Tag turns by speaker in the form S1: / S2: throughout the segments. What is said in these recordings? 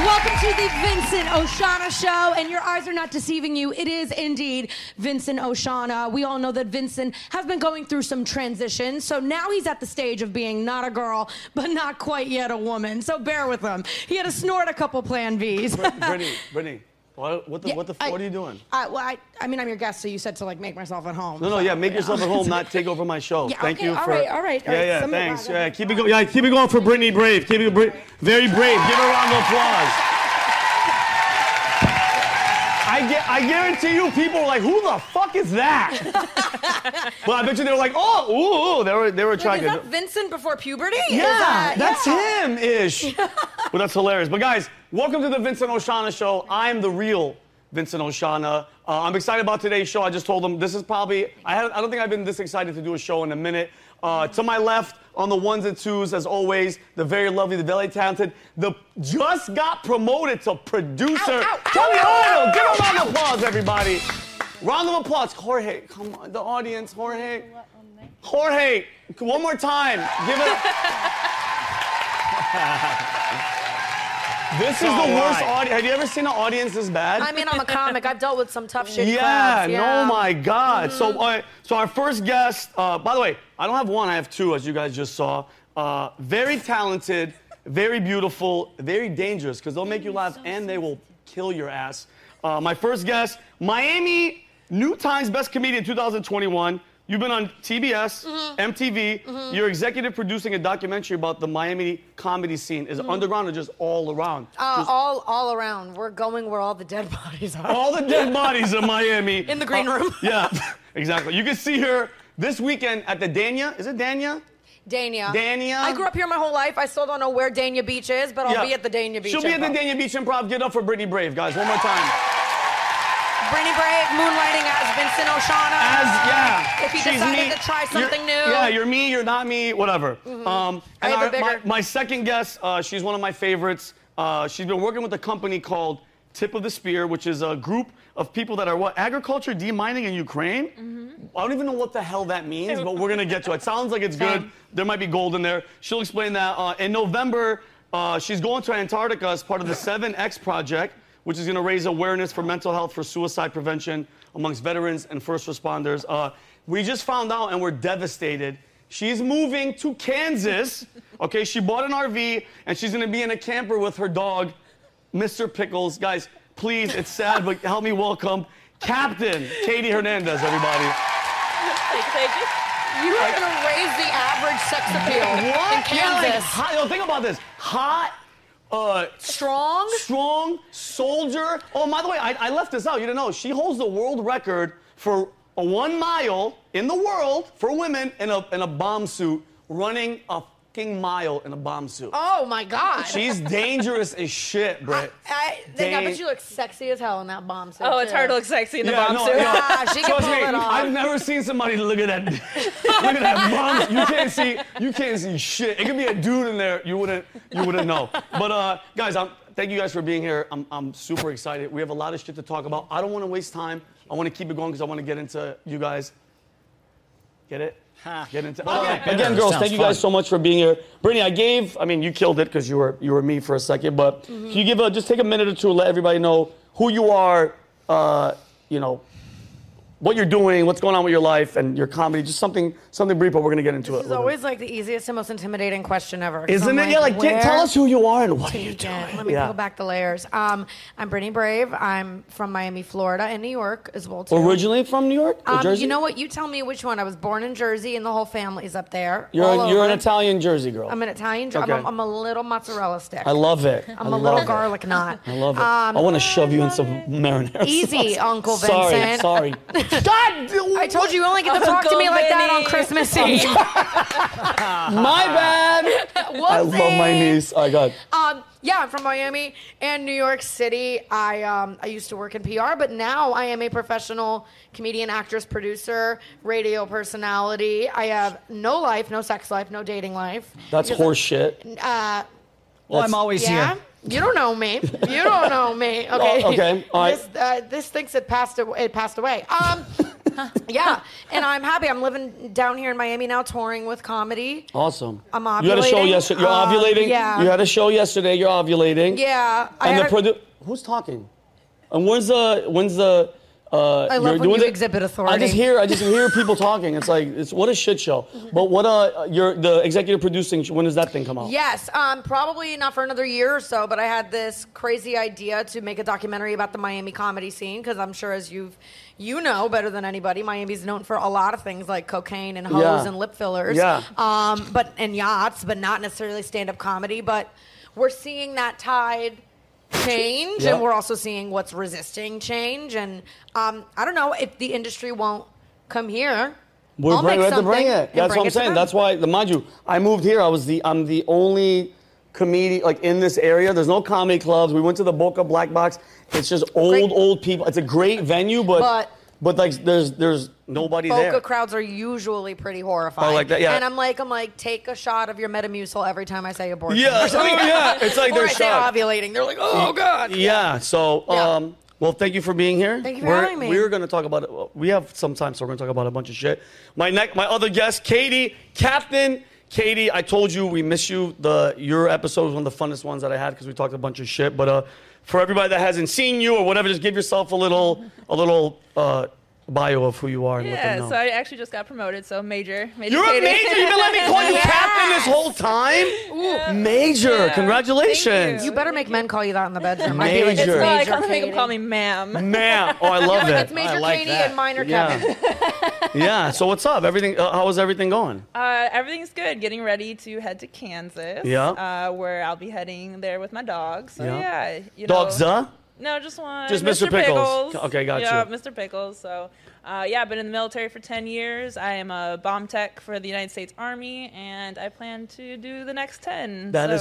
S1: Welcome to the Vincent Oshana Show, and your eyes are not deceiving you. It is indeed Vincent Oshana. We all know that Vincent has been going through some transition, so now he's at the stage of being not a girl, but not quite yet a woman. So bear with him. He had to snort a couple Plan Bs.
S2: Brittany, Brittany, what, what the, what the,
S1: I-
S2: what are you doing?
S1: I, well, I, I mean, I'm your guest, so you said to like make myself at home.
S2: No, no, yeah, make yourself at home, not take over my show.
S1: Yeah,
S2: Thank
S1: okay,
S2: you
S1: all
S2: for.
S1: right, all right, all
S2: yeah,
S1: right,
S2: yeah,
S1: some-
S2: thanks. Yeah, keep it going. Yeah, keep it going for Brittany Brave. Keep it bra- very brave. Give her a round of applause. I, gu- I guarantee you, people were like, "Who the fuck is that?" but I bet you they were like, "Oh, ooh, ooh," they were they were trying
S3: Like,
S2: to.
S3: is that Vincent before puberty? Is
S2: Yeah,
S3: that-
S2: that's
S3: yeah.
S2: him ish. well, that's hilarious. But guys, welcome to the Vincent O'Shana Show. I am the real Vincent O'Shana. Uh, I'm excited about today's show. I just told them this is probably, I, haven't- I don't think I've been this excited to do a show in a minute. Uh, to my left, on the ones and twos, as always, the very lovely, the very talented, the just got promoted to producer,
S3: Ow, ow, ow,
S2: Kelly
S3: ow,
S2: Arnold. Give
S3: ow.
S2: him a round of applause, everybody. Round of applause, Jorge. Come on, the audience, Jorge. Jorge, one more time. Give it. this is the worst audience. Have you ever seen an audience this bad?
S3: I mean, I'm a comic. I've dealt with some tough shit.
S2: yeah,
S3: crowds,
S2: no, my God. So, all right, so our first guest. Uh, by the way, I don't have one. I have two, as you guys just saw. Uh, very talented, very beautiful, very dangerous, because they'll make you laugh and they will kill your ass. Uh, my first guest, Miami New Times Best Comedian 2021. You've been on TBS, MTV. You're executive producing a documentary about the Miami comedy scene. Is it underground or just all around?
S3: Uh,
S2: Just
S3: all, all around. We're going where all the dead bodies are.
S2: all the dead bodies in Miami. Uh,
S3: In the green room.
S2: Yeah, exactly. You can see her this weekend at the Dania. Is it Dania?
S3: Dania.
S2: Dania.
S3: Uh, I grew up here my whole life. I still don't know where Dania Beach is, but I'll be at the Dania Beach.
S2: She'll be at the
S3: Improv.
S2: Dania Beach Improv. Get up for Brittany Brave, guys. One more time.
S3: Brittany Brave, moonlighting as Vincent O'Shana.
S2: As yeah.
S3: If he
S2: she's
S3: decided
S2: me.
S3: to try
S2: You're-
S3: something new. Mm-hmm.
S2: Yeah, you're me. You're not me. Whatever. Um, and
S3: have a
S2: our- my,
S3: bigger-
S2: my second guest. Uh, she's one of my favorites. Uh, she's been working with a company called Tip of the Spear, which is a group of people that are what agriculture demining in Ukraine.
S3: Mm-hmm.
S2: I don't even know what the hell that means, but we're gonna get to it. Sounds like it's good.
S3: Same.
S2: There might be gold in there. She'll explain that. Uh, in November, uh, she's going to Antarctica as part of the 7X project, which is gonna raise awareness for mental health for suicide prevention amongst veterans and first responders. Uh, we just found out and we're devastated. She's moving to Kansas. Okay, she bought an RV and she's gonna be in a camper with her dog, Mr. Pickles. Guys, please, it's sad, but help me welcome Captain Katie Hernandez, everybody.
S3: You're gonna raise the average sex appeal
S2: What?
S3: in Kansas.
S2: Yeah, like, hot, yo, think about this. Hot, uh,
S3: Strong.
S2: strong soldier. Oh, by the way, I, I left this out. You didn't know. She holds the world record for a one mile in the world for women in a, in a bomb suit, running a fucking mile in a bomb suit.
S3: Oh my God.
S2: She's dangerous as shit, Britt.
S3: I think I bet
S2: Dang.
S3: you look sexy as hell in that bomb suit.
S4: Oh, it's
S3: too.
S4: hard to look sexy in the
S2: Yeah,
S4: bomb
S2: no,
S4: suit.
S2: yeah.
S3: Ah, she can
S2: Trust
S3: pull
S2: me,
S3: it off.
S2: I've never seen somebody look at that. look at that bomb. You can't see. You can't see shit. It could be a dude in there. You wouldn't. You wouldn't know. But uh, guys, I'm, thank you guys for being here. I'm, I'm super excited. We have a lot of shit to talk about. I don't want to waste time. I want to keep it going because I want to get into you guys. Get it? Get into. Okay. Again, girls, thank you guys so much for being here. Brittany, I gave. I mean, you killed it because you were you were me for a second. But
S3: Mm-hmm.
S2: can you give a just take a minute or two, let everybody know who you are. Uh, you know, what you're doing, what's going on with your life, and your comedy. Just something, something brief, but we're gonna get into it.
S3: This is always like the easiest and most intimidating question ever. 'cause
S2: Isn't
S3: I'm
S2: it? Yeah, like get, tell
S3: where
S2: us who you are and what are
S3: to
S2: you doing.
S3: begin? Let me
S2: yeah.
S3: peel back the layers. Um, I'm Brittany Brave. I'm from Miami, Florida, and New York as well too.
S2: Originally from New York, or
S3: Um,
S2: Jersey.
S3: you know what? You tell me which one. I was born in Jersey, and the whole family's up there.
S2: You're,
S3: all
S2: you're
S3: over.
S2: an Italian Jersey girl.
S3: I'm an Italian.
S2: Okay.
S3: I'm, a, I'm a little mozzarella stick.
S2: I love it.
S3: I'm
S2: a
S3: a little garlic Um, knot.
S2: I love it. I want to shove you in some marinara.
S3: Easy,
S2: sauce.
S3: Uncle
S2: Sorry,
S3: Vincent.
S2: sorry. God,
S3: I told you you only get to talk to me like that on
S4: Vinny.
S3: Christmas Eve.
S2: my bad. I love my
S3: Whoopsie.
S2: niece. I got.
S3: Um, yeah, I'm from Miami and New York City. I um, I used to work in PR, but now I am a professional comedian, actress, producer, radio personality. I have no life, no sex life, no dating life.
S2: That's
S3: Because-
S2: horse shit.
S3: Uh,
S5: Well, I'm always
S3: yeah.
S5: here.
S3: You don't know me. You don't know me. Okay.
S2: okay. All right.
S3: This, uh, this thinks it passed away. It passed away. Um, yeah, and I'm happy. I'm living down here in Miami now, touring with comedy.
S2: Awesome.
S3: I'm
S2: You had a show
S3: ovulating.
S2: yesterday. You're
S3: Um,
S2: ovulating.
S3: yeah.
S2: You had a show yesterday. You're ovulating.
S3: Yeah, I
S2: and
S3: had
S2: the
S3: a-
S2: produ- who's talking? And when's the when's the uh,
S3: I love
S2: you're
S3: when
S2: doing
S3: you
S2: the-
S3: exhibit
S2: I
S3: authority.
S2: just hear I just hear people talking. It's like it's what a shit show. But what uh your the executive producing when does that thing come out?
S3: Yes, um, probably not for another year or so, but I had this crazy idea to make a documentary about the Miami comedy scene because I'm sure, as you've you know better than anybody, Miami's known for a lot of things like cocaine and hoes
S2: Yeah.
S3: and lip fillers,
S2: Yeah.
S3: um, but and yachts, but not necessarily stand-up comedy. But we're seeing that tide change,
S2: Yeah.
S3: and we're also seeing what's resisting change. And um, I don't know if the industry won't come here.
S2: We're
S3: I'll
S2: bring, we
S3: make
S2: have to bring
S3: something
S2: it.
S3: and
S2: That's
S3: bring
S2: what I'm
S3: it to
S2: saying.
S3: them.
S2: That's why, the, mind you, I moved here. I was the I'm the only comedian like in this area. There's no comedy clubs. We went to the Boca Black Box. It's just old
S3: Great.
S2: old people. It's a great venue, but
S3: But-
S2: but like there's there's nobody
S3: Boca
S2: there.
S3: crowds are usually pretty horrified.
S2: Oh, like that, yeah.
S3: And I'm like, I'm like, take a shot of your Metamucil every time I say abortion.
S2: Yeah,
S3: Or something.
S2: oh, yeah. It's like
S3: Or
S2: they're
S3: I say
S2: shocked.
S3: ovulating. They're like, oh god.
S2: Yeah. So,
S3: Yeah.
S2: um, well, thank you for being here.
S3: Thank you for
S2: we're,
S3: having me.
S2: We're going to talk about it. We have some time, so we're going to talk about a bunch of shit. My next, my other guest, Katie, Captain. Katie, I told you we miss you. The your episode was one of the funnest ones that I had because we talked a bunch of shit. But uh, for everybody that hasn't seen you or whatever, just give yourself a little, a little uh, bio of who you are and
S4: Yeah,
S2: what
S4: so I actually just got promoted, so major. major
S2: You're a
S4: Katie.
S2: major. You've been letting me call you Captain this whole time. Major.
S4: Yeah.
S2: Congratulations.
S4: Thank
S3: You better make men call you that in the bedroom.
S2: Major.
S3: I'd be like,
S4: It's
S2: Major
S4: not like I'm gonna make
S3: Katie.
S4: them call me ma'am.
S2: Ma'am. Oh, I love that.
S3: It's Major
S2: I like
S3: Katie
S2: that.
S3: and minor
S2: yeah.
S3: Kevin.
S2: yeah. So what's up? Everything? Uh, how is everything going?
S4: Uh, everything's good. Getting ready to head to Kansas.
S2: Yeah.
S4: Uh, where I'll be heading there with my dogs. So
S2: Yeah.
S4: yeah. you know-
S2: Dogs, huh?
S4: No, just one.
S2: Just Mr. Pickles. Okay, got
S4: yeah,
S2: you.
S4: Mr. Pickles. So, uh, yeah, I've been in the military for 10 years. I am a bomb tech for the United States Army, and I plan to do the next 10.
S2: That is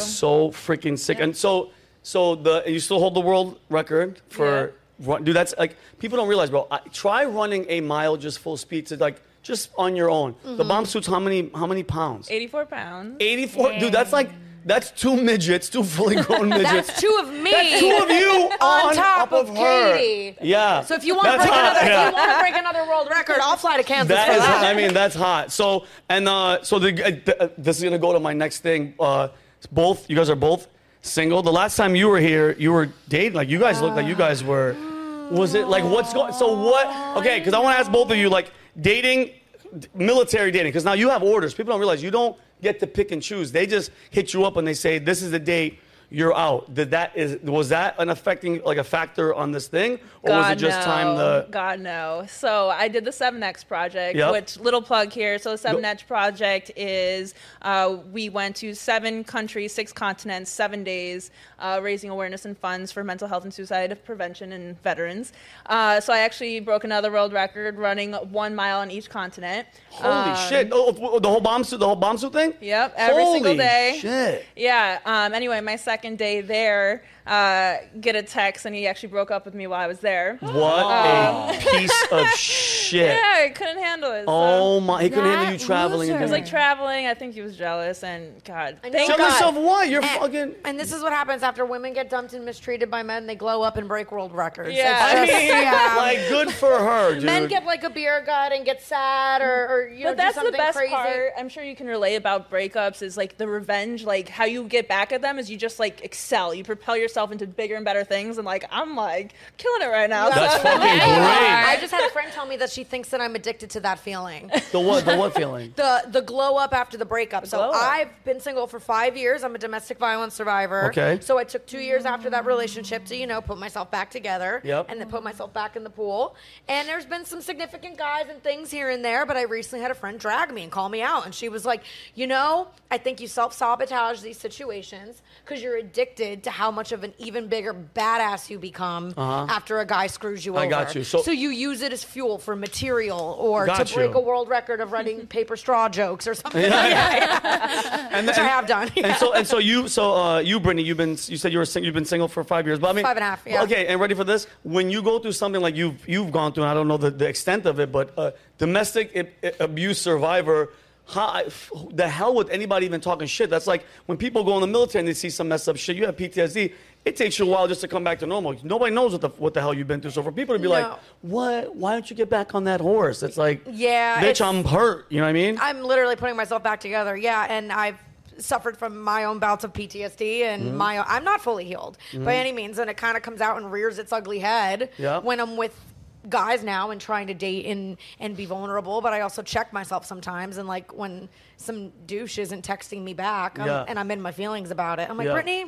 S2: so
S4: so.
S2: freaking sick. And so, so the you still hold the world record for run, dude. That's like people don't realize, bro. I, try running a mile just full speed to like just on your own.
S3: Mm-hmm.
S2: The bomb suits how many how many pounds?
S4: 84 pounds.
S2: 84 dude that's like that's two midgets two fully grown midgets
S3: That's two of me.
S2: That's two of you on,
S3: on top
S2: of,
S3: of
S2: her
S3: Katie.
S2: yeah
S3: So if you want to break
S2: hot,
S3: another, if
S2: yeah.
S3: you want to break another world record, I'll fly to Kansas
S2: That
S3: for
S2: is,
S3: that.
S2: I mean, that's hot. So, and uh, so the, uh, th- uh, this is gonna go to my next thing. Uh, both you guys are both single. The last time you were here, you were dating. Like you guys looked like you guys were. Was it like what's going? So what? Okay, because I want to ask both of you like dating, d- military dating. Because now you have orders. People don't realize you don't get to pick and choose. They just hit you up and they say this is the date. You're out. Did that is was that an affecting like a factor on this thing, or was it just
S4: no.
S2: time the
S4: God no. So I did the Seven X project,
S2: Yep.
S4: which little plug here. So the Seven X project is uh, we went to seven countries, six continents, seven days, uh, raising awareness and funds for mental health and suicide prevention and veterans. Uh, so I actually broke another world record running one mile on each continent.
S2: Holy
S4: Um,
S2: shit! Oh, oh, the whole bomb suit, the whole bomb suit thing.
S4: Yep, every
S2: Holy
S4: single day.
S2: Shit.
S4: Yeah. Um, anyway, my second day there, uh, get a text, and he actually broke up with me while I was there.
S2: What a piece of shit!
S4: Yeah, I couldn't handle it. so-
S2: Oh my! He couldn't handle
S1: That
S2: you traveling.
S1: loser.
S2: and
S4: It was
S2: doing
S4: like traveling. I think he was jealous, and God,
S3: I know.
S4: thank
S2: Tell
S4: God.
S2: yourself what? You're
S3: And-
S2: fucking.
S3: And this is what happens after women get dumped and mistreated by men. They glow up and break world records.
S4: Yeah.
S3: It's
S2: I
S3: just-
S2: mean,
S3: yeah.
S2: like good for her, dude.
S3: Men get like a beer gut and get sad or, or you know,
S4: But that's
S3: do
S4: the
S3: something
S4: best
S3: crazy.
S4: part. I'm sure you can relate about breakups is like the revenge, like how you get back at them is you just like excel, you propel yourself into bigger and better things, and like I'm like killing it right now.
S2: That's fucking great.
S3: I just had a friend tell me that she thinks that I'm addicted to that feeling.
S2: The what? The what feeling?
S3: The the glow up after the breakup. So
S4: glow up.
S3: I've been single for five years. I'm a domestic violence survivor.
S2: Okay.
S3: So I took two years after that relationship to, you know, put myself back together.
S2: Yep.
S3: And then put myself back in the pool. And there's been some significant guys and things here and there, but I recently had a friend drag me and call me out. And she was like, you know, I think you self sabotage these situations because you're addicted to how much of an even bigger badass you become after a guy screws you
S2: Uh-huh. I
S3: over.
S2: got you. So-
S3: you use it as fuel for material or
S2: Got
S3: to break
S2: you.
S3: a world record of writing paper straw jokes or something.
S2: And,
S3: Which I have done.
S2: And so and so you so uh, you Brittany, you've been you said you were sing, you've been single for five years, but I mean
S3: Five and a half, yeah.
S2: Okay, and ready for this? When you go through something like you've you've gone through, and I don't know the, the extent of it, but uh, domestic i- i- abuse survivor. How, I- f- the hell with anybody even talking shit? That's like when people go in the military and they see some messed up shit. You have PTSD. It takes you a while just to come back to normal. Nobody knows what the what the hell you've been through. So for people to be like,
S3: No.
S2: "What? Why don't you get back on that horse?" It's like,
S3: Yeah,
S2: bitch,
S3: it's-
S2: I'm hurt." You know what I mean?
S3: I'm literally putting myself back together. Yeah, and I've suffered from my own bouts of PTSD and
S2: Mm-hmm.
S3: my own, I'm not fully healed by any means, and it kind of comes out and rears its ugly head
S2: Yeah.
S3: when I'm with guys now and trying to date and and be vulnerable. But I also check myself sometimes, and like when some douche isn't texting me back, I'm-
S2: Yeah.
S3: and I'm in my feelings about it. I'm like,
S2: Yeah.
S3: Brittany.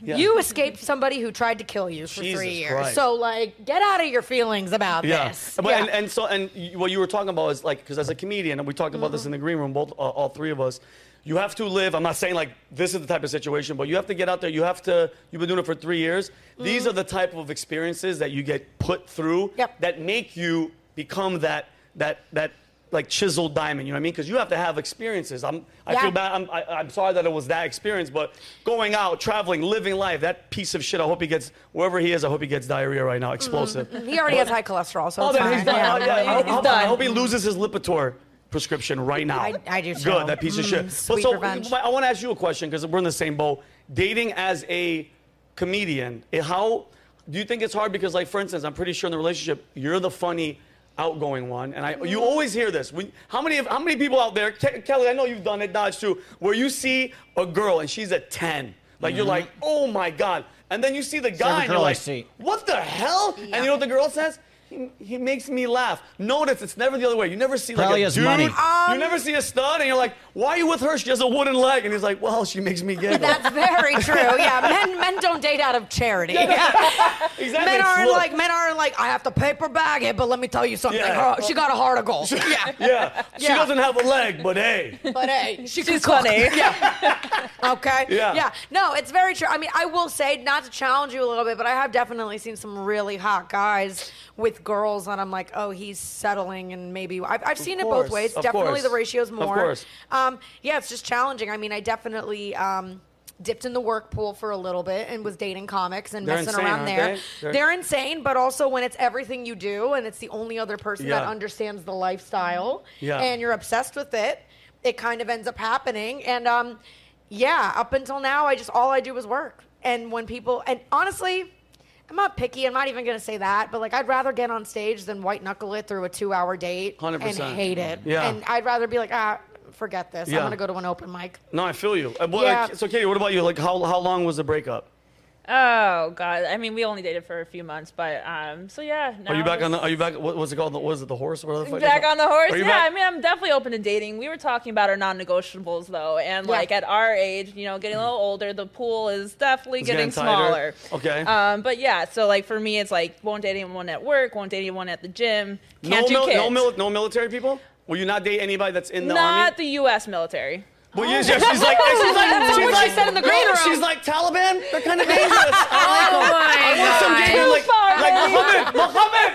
S2: Yeah.
S3: You escaped somebody who tried to kill you for
S2: Jesus
S3: three years.
S2: Christ.
S3: So, like, get out of your feelings about this.
S2: But, And, and so and y- what you were talking about is like because as a comedian, and we talked about this
S3: Mm-hmm.
S2: in the green room, both uh, all three of us. You have to live. I'm not saying like this is the type of situation, but you have to get out there. You have to. You've been doing it for three years. These are the type of experiences that you get put through
S3: Mm-hmm. Yep.
S2: that make you become that that that like chiseled diamond. You know what I mean? Because you have to have experiences. I'm. I
S3: Yeah.
S2: feel bad. I'm. I, I'm sorry that it was that experience, but going out, traveling, living life, that piece of shit. I hope he gets wherever he is. I hope he gets diarrhea right now. Explosive.
S3: Mm-hmm. he already has high cholesterol, so
S2: Oh,
S3: it's
S2: then
S3: fine.
S2: he's done.
S3: Yeah.
S2: Oh, yeah. I, hope,
S4: He's
S2: I hope-
S4: done.
S2: I hope he loses his Lipitor prescription right now.
S3: I- I do too.
S2: Good, that piece of
S3: Mm,
S2: shit.
S3: sweet
S2: so
S3: revenge.
S2: I want to ask you a question because we're in the same boat. Dating as a comedian, eh, how do you think it's hard? Because, like, for instance, I'm pretty sure in the relationship, you're the funny, outgoing one, and I
S3: Mm-hmm.
S2: you always hear this. When, how many of, how many people out there, Ke- Kelly? I know you've done it, Dodge too, where you see a girl and she's a ten. Like
S3: Mm-hmm.
S2: you're like, oh my god, and then you see the guy,
S5: every
S2: and you're
S5: girl I
S2: like,
S5: see.
S2: what the hell? And you know what the girl says? He, he makes me laugh. Notice it's never the other way. You never see like
S5: Probably
S2: a
S5: has
S2: dude.
S5: money.
S2: you never see a stud, and you're like, "Why are you with her? She has a wooden leg." And he's like, "Well, she makes me giggle."
S3: That's very true. Yeah, men men don't date out of charity.
S2: exactly.
S3: Men
S2: It's
S3: aren't
S2: look.
S3: like men aren't like I have to paper bag it, but let me tell you something.
S2: Yeah.
S3: Her- she got a heart of gold. yeah,
S2: yeah. She
S3: Yeah.
S2: doesn't have a leg, but hey.
S3: but hey, she
S4: She's funny.
S3: okay.
S2: Yeah.
S3: yeah. No, it's very true. I mean, I will say not to challenge you a little bit, but I have definitely seen some really hot guys with girls, and I'm like, oh, he's settling, and maybe I've, I've seen it
S2: course,
S3: both ways.
S2: of
S3: Definitely
S2: course.
S3: the ratio's
S2: Of
S3: more.
S2: course.
S3: Um, yeah, it's just challenging. I mean, I definitely. Um, Dipped in the work pool for a little bit and was dating comics and
S2: They're
S3: messing
S2: insane,
S3: around
S2: aren't
S3: there.
S2: they? They're-
S3: They're insane, but also when it's everything you do and it's the only other person that
S2: Yeah.
S3: understands the lifestyle
S2: Yeah.
S3: and you're obsessed with it, it kind of ends up happening. And um, yeah, up until now, I just all I do is work. And when people, and honestly, I'm not picky. I'm not even going to say that, but like I'd rather get on stage than white knuckle it through a two hour date
S2: 100%.
S3: and hate it.
S2: Yeah.
S3: And I'd rather be like, ah, forget this.
S2: Yeah.
S3: I'm going to go to an open mic.
S2: No, I feel you. Uh, but,
S3: Yeah.
S2: like, so, Katie, what about you? Like, how how long was the breakup?
S4: Oh God! I mean, we only dated for a few months, but um. So yeah.
S2: Are you
S4: now
S2: back on? The,
S4: it's-
S2: are you back? What was it called? What was it? The horse? What the fuck is
S4: back
S2: it?
S4: on the horse?
S2: Are
S4: Yeah,
S2: you back-
S4: I mean, I'm definitely open to dating. We were talking about our non-negotiables though, and
S3: Yeah.
S4: like at our age, you know, getting a little older, the pool is definitely
S2: It's
S4: getting,
S2: getting tighter.
S4: smaller.
S2: Okay.
S4: Um, but yeah, so like for me, it's like won't date anyone at work, won't date anyone at the gym.
S2: no,
S4: Can't do
S2: mil-
S4: kids.
S2: no, mil- no military people. Will you not date anybody that's in the army?
S4: Not the U.S. military.
S2: Well, yeah, she's like, she's like,
S4: That's
S2: she's
S4: what
S2: like,
S4: she said in the green
S2: no,
S4: room. Oh
S2: She's like Taliban. They're kind of dangerous. I like them. I want some
S4: God.
S2: gay
S4: Too
S2: like,
S4: far,
S2: like
S4: baby.
S2: Mohammed,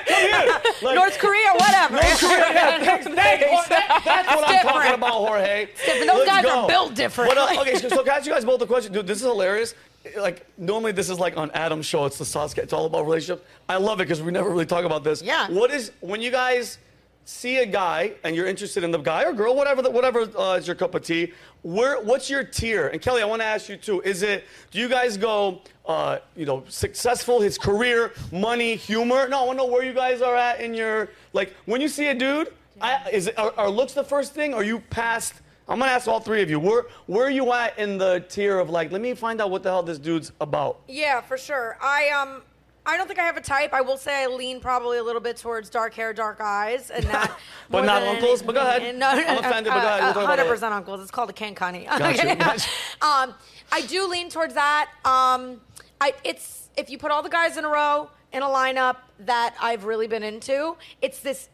S2: Mohammed, come here. Like,
S3: North Korea, whatever.
S2: North Korea, yeah, thanks, thanks. Jorge. That's what I'm talking about, Jorge.
S3: Those
S2: Let's
S3: guys
S2: go.
S3: are built different.
S2: But, uh, okay, so, so can I ask you guys both a question? Dude, this is hilarious. Like normally this is like on Adam's show. It's the Sasuke. It's all about relationships. I love it because we never really talk about this.
S3: Yeah.
S2: What is when you guys see a guy and you're interested in the guy or girl, whatever, the, whatever uh, is your cup of tea. Where, what's your tier? And Kelly, I want to ask you too. Is it? Do you guys go? Uh, you know, successful, his career, money, humor. No, I want to know where you guys are at in your like when you see a dude. I, is it, are, are looks the first thing? Are you past? I'm gonna ask all three of you. Where where are you at in the tier of like? Let me find out what the hell this dude's about.
S3: Yeah, for sure. I um I don't think I have a type. I will say I lean probably a little bit towards dark hair, dark eyes, and that.
S2: But
S3: more
S2: not
S3: than
S2: uncles? But go ahead.
S3: anything-
S2: I'm offended, but go ahead. We'll talk about it
S3: Hundred percent uncles. It's called a cancani.
S2: Gotcha, gotcha.
S3: um, I do lean towards that. Um, I it's if you put all the guys in a row in a lineup that I've really been into, it's this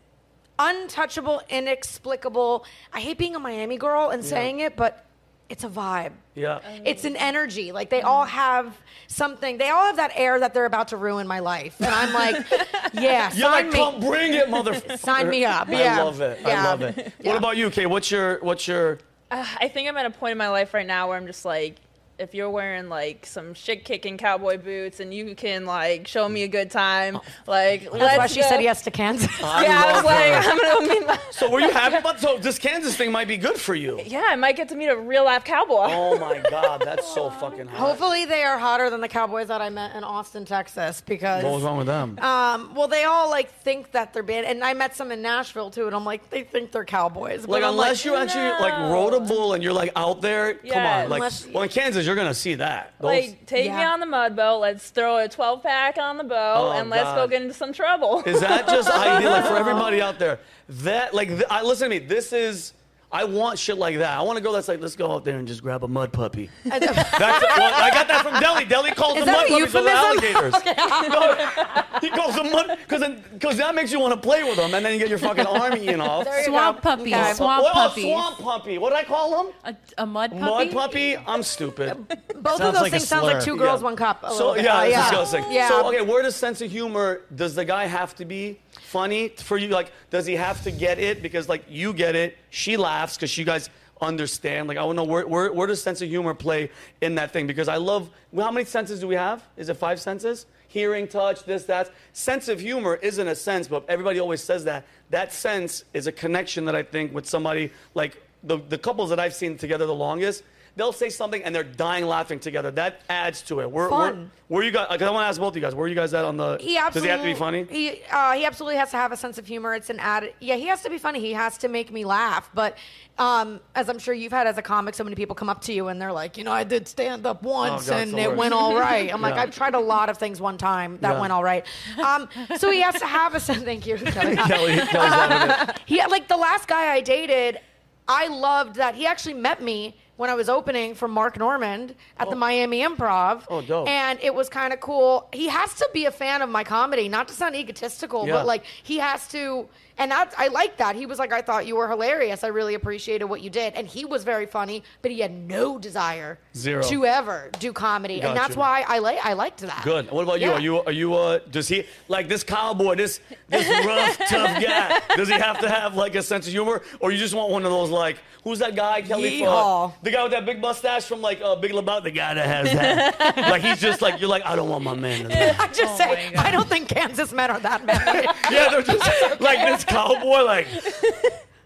S3: untouchable, inexplicable. I hate being a Miami girl and saying it, but it's a vibe.
S2: Yeah.
S3: It's an energy. Like they all have something. They all have that air that they're about to ruin my life. And I'm like, yeah,
S2: You're
S3: sign
S2: like,
S3: me.
S2: come bring it, motherfucker.
S3: Sign me up,
S2: I
S3: yeah.
S2: love it. I
S3: Yeah.
S2: love it.
S3: Yeah.
S2: What about you, Kay? What's your what's your
S4: I think I'm at a point in my life right now where I'm just like, if you're wearing like some shit kicking cowboy boots and you can like show me a good
S2: Oh,
S4: time, like
S3: That's
S4: let's
S3: why she
S4: go.
S3: said yes to Kansas.
S4: Yeah, I was like, I'm gonna meet my.
S2: So were you happy about? So this Kansas thing might be good for you.
S4: Yeah, I might get to meet a real life cowboy.
S2: Oh my God, that's so fucking hot.
S3: Hopefully, they are hotter than the cowboys that I met in Austin, Texas, because.
S2: What was wrong with them?
S3: Um, well, they all like think that they're bad, and I met some in Nashville too, and I'm like, they think they're cowboys. But
S2: like
S3: I'm
S2: unless you actually like
S4: no.
S2: rode a bull and you're like out there, come
S4: Yeah,
S2: on. Like
S3: unless-
S2: well in Kansas you're gonna see that. Those-
S4: Like, take me
S3: Yeah.
S4: on the mud boat. Let's throw a 12 pack on the boat
S2: Oh,
S4: and let's go
S2: God.
S4: get into some trouble.
S2: Is that just idyllic for everybody out there? That like, th- I, listen to me. This is. I want shit like that. I want to go. That's like, let's go out there and just grab a mud puppy. that's well, I got that from Delhi. Delhi calls
S3: Is
S2: the mud
S3: that a
S2: puppies the alligators.
S3: euphemism?
S2: No, he calls them mud because because that makes you want to play with them, and then you get your fucking arm eaten off.
S3: There you
S5: Swamp
S3: go.
S5: puppies.
S3: Okay.
S5: Swamp
S2: oh,
S5: puppies.
S2: swamp puppy. What did I call him?
S5: A, a mud puppy.
S2: Mud puppy. I'm stupid.
S3: Both of
S6: Sounds
S3: those
S6: like a
S3: things sound like
S6: slur.
S3: two girls,
S2: Yeah.
S3: one cup. a
S2: So
S3: little bit.
S2: yeah,
S3: Uh,
S2: it's disgusting.
S3: Yeah.
S2: So okay, where does sense of humor? Does the guy have to be funny for you? Like, does he have to get it? Because like you get it, she laughs because you guys understand. Like, I want to know where, where where does sense of humor play in that thing? Because I love well, how many senses do we have? Is it five senses? Hearing, touch, this, that. Sense of humor isn't a sense, but everybody always says that. That sense is a connection that I think with somebody like the, the couples that I've seen together the longest. They'll say something and they're dying laughing together. That adds to it. We're, we're-
S3: Fun.
S2: where you guys? Because I want to ask both of you guys. Where you guys at on the?
S3: He absolutely,
S2: does he have to be funny?
S3: He, uh, he absolutely has to have a sense of humor. It's an added. Yeah, he has to be funny. He has to make me laugh. But um, as I'm sure you've had as a comic, so many people come up to you and they're like, you know, I did stand up once
S2: Oh, God, it's
S3: and
S2: the
S3: it
S2: worst.
S3: went all right. I'm like,
S2: Yeah.
S3: I've tried a lot of things one time that
S2: Yeah.
S3: went all right. Um, so he has to have a sense. Thank you. Kelly.
S2: Kelly, Kelly's laughing at it.
S3: He like the last guy I dated, I loved that he actually met me when I was opening for Mark Normand at the Miami Improv.
S2: Oh, dope.
S3: And it was kind of cool. He has to be a fan of my comedy, not to sound egotistical,
S2: Yeah.
S3: but like he has to and that's I like that. He was like I thought you were hilarious. I really appreciated what you did. And he was very funny, but he had no desire
S2: Zero.
S3: to ever do comedy. And
S2: Gotcha.
S3: that's why I like I liked that.
S2: Good. What about you?
S3: Yeah.
S2: Are you? Are you? Uh, does he like this cowboy? This this rough, tough guy? Does he have to have like a sense of humor, or you just want one of those like, who's that guy? Kelly.
S3: Yeehaw.
S2: the guy with that big mustache from like uh, Big Lebowski. The guy that has that. like he's just like you're like I don't want my man. To know.
S3: I just say I don't think Kansas men are that many.
S2: Yeah, they're just like this cowboy, like,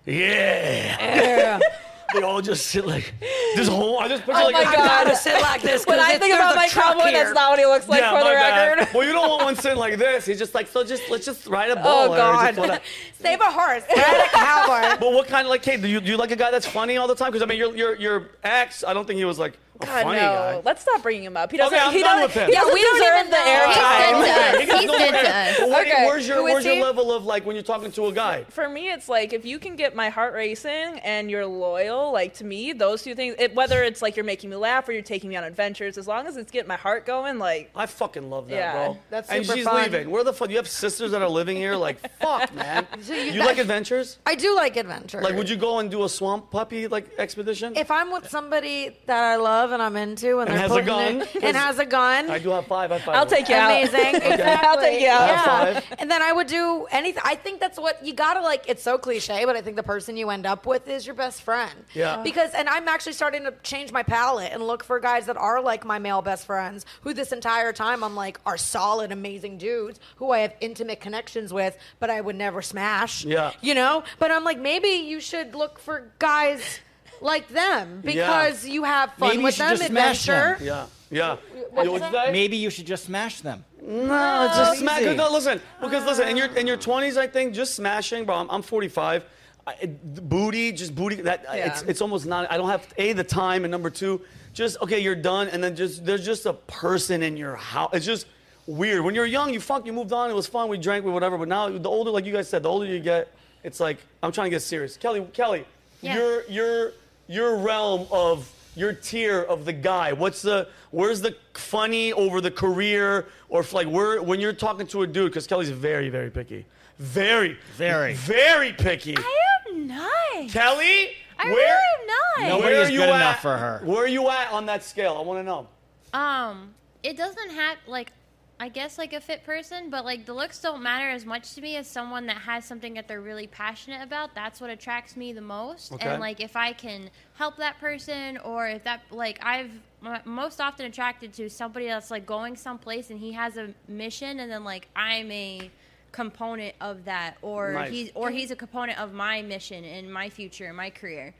S2: yeah. they all just sit like this whole. I just picture
S4: Oh
S2: like
S4: my
S2: a-
S4: God.
S5: Gotta sit like this.
S4: when
S5: 'cause
S4: I
S5: it's-
S4: think
S5: there's
S4: about
S5: a
S4: my
S5: truck
S4: cowboy,
S5: here.
S4: that's not what he looks like
S2: yeah,
S4: for the
S2: my bad.
S4: record.
S2: Well, you don't want one sitting like this. He's just like, so just let's just ride a bull.
S3: Oh
S2: or just
S3: God!
S2: whatever.
S3: Save a horse. Ride a cowboy.
S2: But what kind of like, hey, do you, do you like a guy that's funny all the time? Because I mean, your your your ex, I don't think he was like a
S4: God,
S2: funny
S4: no.
S2: guy.
S4: Let's stop bringing him up. He doesn't.
S2: Okay, I'm
S4: he
S2: done
S4: doesn't,
S2: with him.
S4: He
S2: Yeah,
S4: doesn't
S5: we don't
S4: deserve
S5: even
S4: the
S5: know.
S4: airtime.
S5: He's good to us.
S2: He got
S5: He's
S2: no
S5: good
S2: credit.
S5: to us.
S2: But what-
S4: Okay,
S2: Where's your
S4: who is
S2: where's your
S4: he?
S2: level of like when you're talking to a guy?
S4: for me it's like if you can get my heart racing and you're loyal like to me those two things it, whether it's like you're making me laugh or you're taking me on adventures as long as it's getting my heart going like
S2: I fucking love that,
S4: Yeah.
S2: bro.
S3: That's
S2: and
S3: super
S2: she's
S3: fun.
S2: leaving. Where the fuck? You have sisters that are living here. Like, fuck, man.
S3: you-
S2: You like adventures?
S3: I do like adventure.
S2: Like, would you go and do a swamp puppy like expedition?
S3: If I'm with somebody that I love and I'm into, and,
S2: And
S3: they're
S2: has a
S3: putting
S2: gun?
S3: it, and has a gun,
S2: I do have five. I have five.
S4: i'll take you
S3: amazing.
S4: out i'll take you out
S2: Yeah. High five.
S3: And then I would do anything. I think that's what you gotta like. It's so cliche, but I think the person you end up with is your best friend.
S2: Yeah.
S3: Because and I'm actually starting to change my palette and look for guys that are like my male best friends, who this entire time I'm like are solid, amazing dudes who I have intimate connections with, but I would never smash.
S2: Yeah.
S3: You know. But I'm like, maybe you should look for guys. Like them because you have fun
S6: Maybe you
S3: with
S6: should
S3: them,
S6: just smash them.
S3: adventure.
S2: Yeah, yeah.
S3: What'd you
S2: What'd
S3: say?
S2: you say?
S6: Maybe you should just smash them.
S2: No, just smash.
S6: easy.
S2: No, listen, because listen, in your in your twenties, I think just smashing, bro. I'm, I'm 45. I, it- the booty, just booty. That I- it's
S4: Yeah.
S2: it's almost not. I don't have a the time, and number two, just okay, you're done, and then just there's just a person in your house. It's just weird. When you're young, you fuck, you moved on. It was fun. We drank, we whatever. But now, the older, like you guys said, the older you get, it's like I'm trying to get serious. Kelly, Kelly,
S5: Yeah.
S2: your your your realm of your tier of the guy what's the where's the funny over the career or if like where when you're talking to a dude because kelly's very very picky very
S6: Very.
S2: very picky
S5: I am not.
S2: kelly
S5: I
S2: where
S5: really am not.
S6: Nobody
S2: where
S6: is
S2: are you
S6: good
S2: at
S6: enough for her.
S2: where are you at on that scale i want to know
S5: Um, it doesn't have like
S6: I guess like a fit person, but like the looks don't matter as much to me as someone that has something that they're really passionate about. That's what attracts me the most.
S2: Okay.
S6: And like if I can help that person or if that like I've m- most often attracted to somebody that's like going someplace and he has a mission and then like I'm a component of that or
S2: Nice.
S6: he's or he's a component of my mission and my future and my career.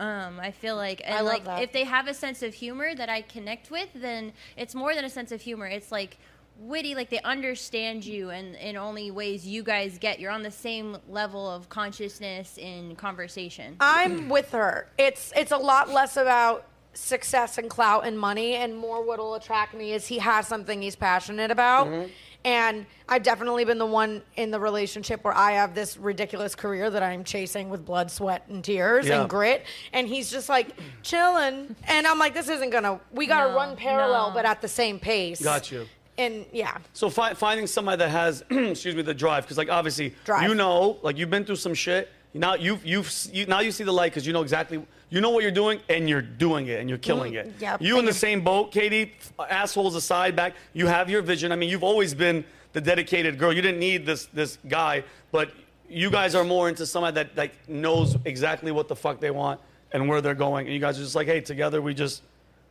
S6: Um, I feel like and
S3: love
S6: like
S3: that.
S6: if they have a sense of humor that I connect with, then it's more than a sense of humor. It's like witty, like they understand you and in only ways you guys get. You're on the same level of consciousness in conversation.
S3: I'm with her. It's it's a lot less about success and clout and money, and more what'll attract me is he has something he's passionate about. And I've definitely been the one in the relationship where I have this ridiculous career that I'm chasing with blood, sweat, and tears
S2: Yeah.
S3: and grit. And he's just like chilling. And I'm like, this isn't gonna, we gotta
S6: No,
S3: run parallel,
S6: no.
S3: but at the same pace.
S2: Got you.
S3: And yeah.
S2: So fi- finding somebody that has, excuse me, the drive, because like obviously
S3: Drive.
S2: you know, like you've been through some shit. Now you've you've s- you, now you see the light because you know exactly you know what you're doing and you're doing it and you're killing it.
S3: yeah,
S2: you in
S3: thank
S2: the
S3: Mm, you.
S2: same boat, Katie. f- Assholes aside, back you have your vision. I mean, you've always been the dedicated girl. You didn't need this this guy, but you guys are more into somebody that like knows exactly what the fuck they want and where they're going. And you guys are just like, hey, together we just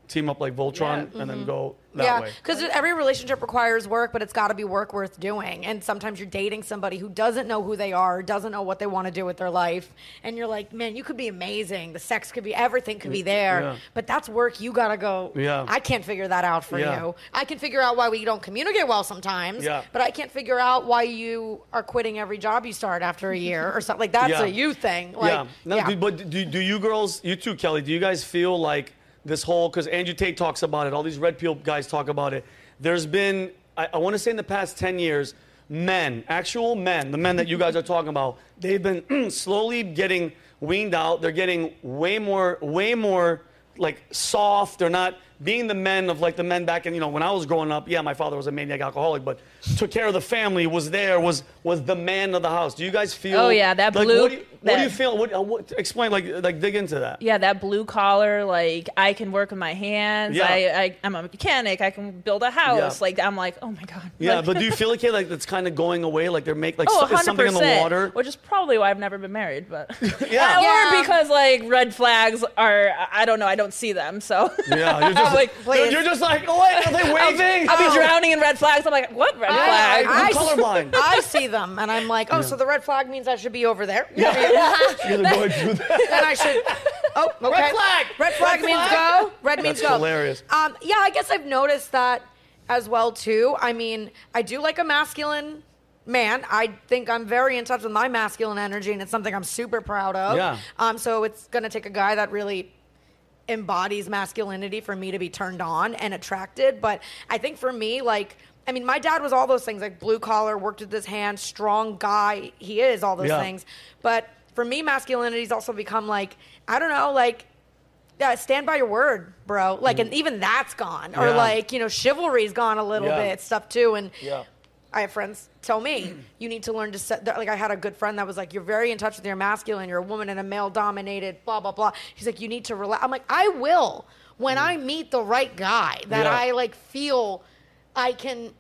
S2: team up like Voltron
S4: Yeah.
S2: and then go that
S3: mm-hmm. yeah,
S2: way.
S3: because every relationship requires work, but it's got to be work worth doing. And sometimes you're dating somebody who doesn't know who they are, doesn't know what they want to do with their life, and you're like, man, you could be amazing. The sex could be, everything could be
S2: Mm,
S3: there,
S2: Yeah.
S3: but that's work. You gotta go.
S2: Yeah.
S3: I can't figure that out for
S2: Yeah.
S3: you. I can figure out why we don't communicate well sometimes.
S2: Yeah.
S3: but I can't figure out why you are quitting every job you start after a year or something. Like that's
S2: Yeah.
S3: a you thing. Like,
S2: yeah. No, Do, but do, do you girls, you too, Kelly, do you guys feel like this whole, because Andrew Tate talks about it, all these red pill guys talk about it. There's been, I, I want to say in the past 10 years, men, actual men, the men that you guys are talking about, they've been slowly getting weaned out. They're getting way more, way more like soft. They're not being the men of like the men back in, you know, when I was growing up, yeah, my father was a maniac alcoholic, but took care of the family, was there, was was the man of the house. Do you guys feel
S4: Oh, yeah, that
S2: like,
S4: blue-
S2: what do you, what do you
S4: that-
S2: feel? What, uh, what, explain, like, like, dig into that.
S4: yeah, that blue collar, like I can work with my hands.
S2: Yeah.
S4: I, I I'm a mechanic. I can build a house. Like I'm like, oh my god.
S2: Yeah,
S4: Like-
S2: but do you feel like, hey, like, that's kind of going away? Like, they're making, like,
S4: Oh,
S2: so- is
S4: 100%,
S2: something in the water?
S4: which is probably why I've never been married, but
S2: Yeah.
S4: or
S3: Yeah.
S4: because like red flags are I- I don't know, I don't see them, so
S2: yeah, you're just
S4: like,
S2: like, you're just like, oh, wait, are they waving?
S4: I'll be drowning in red flags. I'm like, what red flag?
S2: I'm
S3: I-
S2: colorblind.
S3: I see them and I'm like, oh, so the red flag means I should be over there.
S2: You're going through that.
S3: then I should. Oh, okay.
S2: Red flag!
S3: Red flag means go. Red means
S2: That's
S3: go.
S2: hilarious.
S3: Um, yeah, I guess I've noticed that as well too. I mean, I do like a masculine man. I think I'm very in touch with my masculine energy, and it's something I'm super proud of.
S2: Yeah.
S3: Um, so it's gonna take a guy that really embodies masculinity for me to be turned on and attracted. But I think for me, like, I mean, my dad was all those things, like blue collar, worked with his hands, strong guy. He is all those
S2: Yeah.
S3: things. But for me, masculinity's also become like, I don't know, like, yeah, stand by your word, bro. Like, and even that's gone. Or
S2: Mm. Yeah.
S3: like, you know, chivalry's gone a little
S2: Yeah.
S3: bit, stuff too. And
S2: Yeah.
S3: I have friends tell me you need to learn to set. Like I had a good friend that was like, "You're very in touch with your masculine. You're a woman in a male-dominated blah blah blah." He's like, "You need to relax." I'm like, "I will when I meet the right guy that
S2: Mm. Yeah.
S3: I like feel I can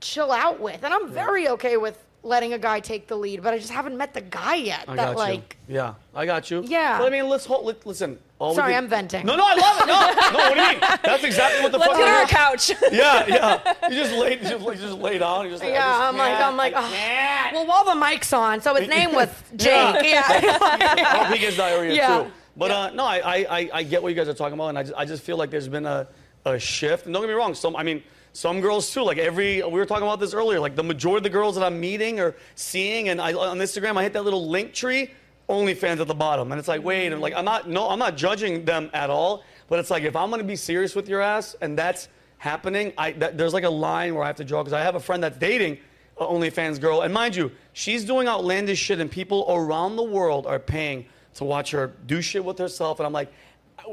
S3: chill out with." And I'm very okay with letting a guy take the lead, but I just haven't met the guy yet.
S2: I
S3: that
S2: got
S3: like,
S2: you. Yeah, I got you.
S3: Yeah.
S2: But I mean, let's hold, let, listen. all we
S3: Sorry,
S2: can-
S3: I'm venting.
S2: No, no, I love it. No, no, what do you mean? That's exactly what the
S4: Let's
S2: fuck.
S4: get
S2: I
S4: on a
S2: mean.
S4: couch.
S2: Yeah, yeah. You just laid, you just, like, you just lay down. You just like, I
S3: yeah,
S2: just
S3: I'm like, I'm like, "Ugh." well, while the mic's on, so his name was
S2: Yeah.
S3: Jake. Yeah,
S2: I hope he gets diarrhea
S3: Yeah.
S2: too. But uh, no, I, I, I- I get what you guys are talking about, and I just, I just feel like there's been a, a shift. And don't get me wrong, some I mean some girls too. Like every we were talking about this earlier. Like the majority of the girls that I'm meeting or seeing, and I, on Instagram, I hit that little link tree. OnlyFans at the bottom, and it's like, wait, and like I'm not no, I'm not judging them at all. But it's like if I'm gonna be serious with your ass, and that's happening, I that, there's like a line where I have to draw because I have a friend that's dating a Uh, OnlyFans girl. And mind you, she's doing outlandish shit, and people around the world are paying to watch her do shit with herself. And I'm like,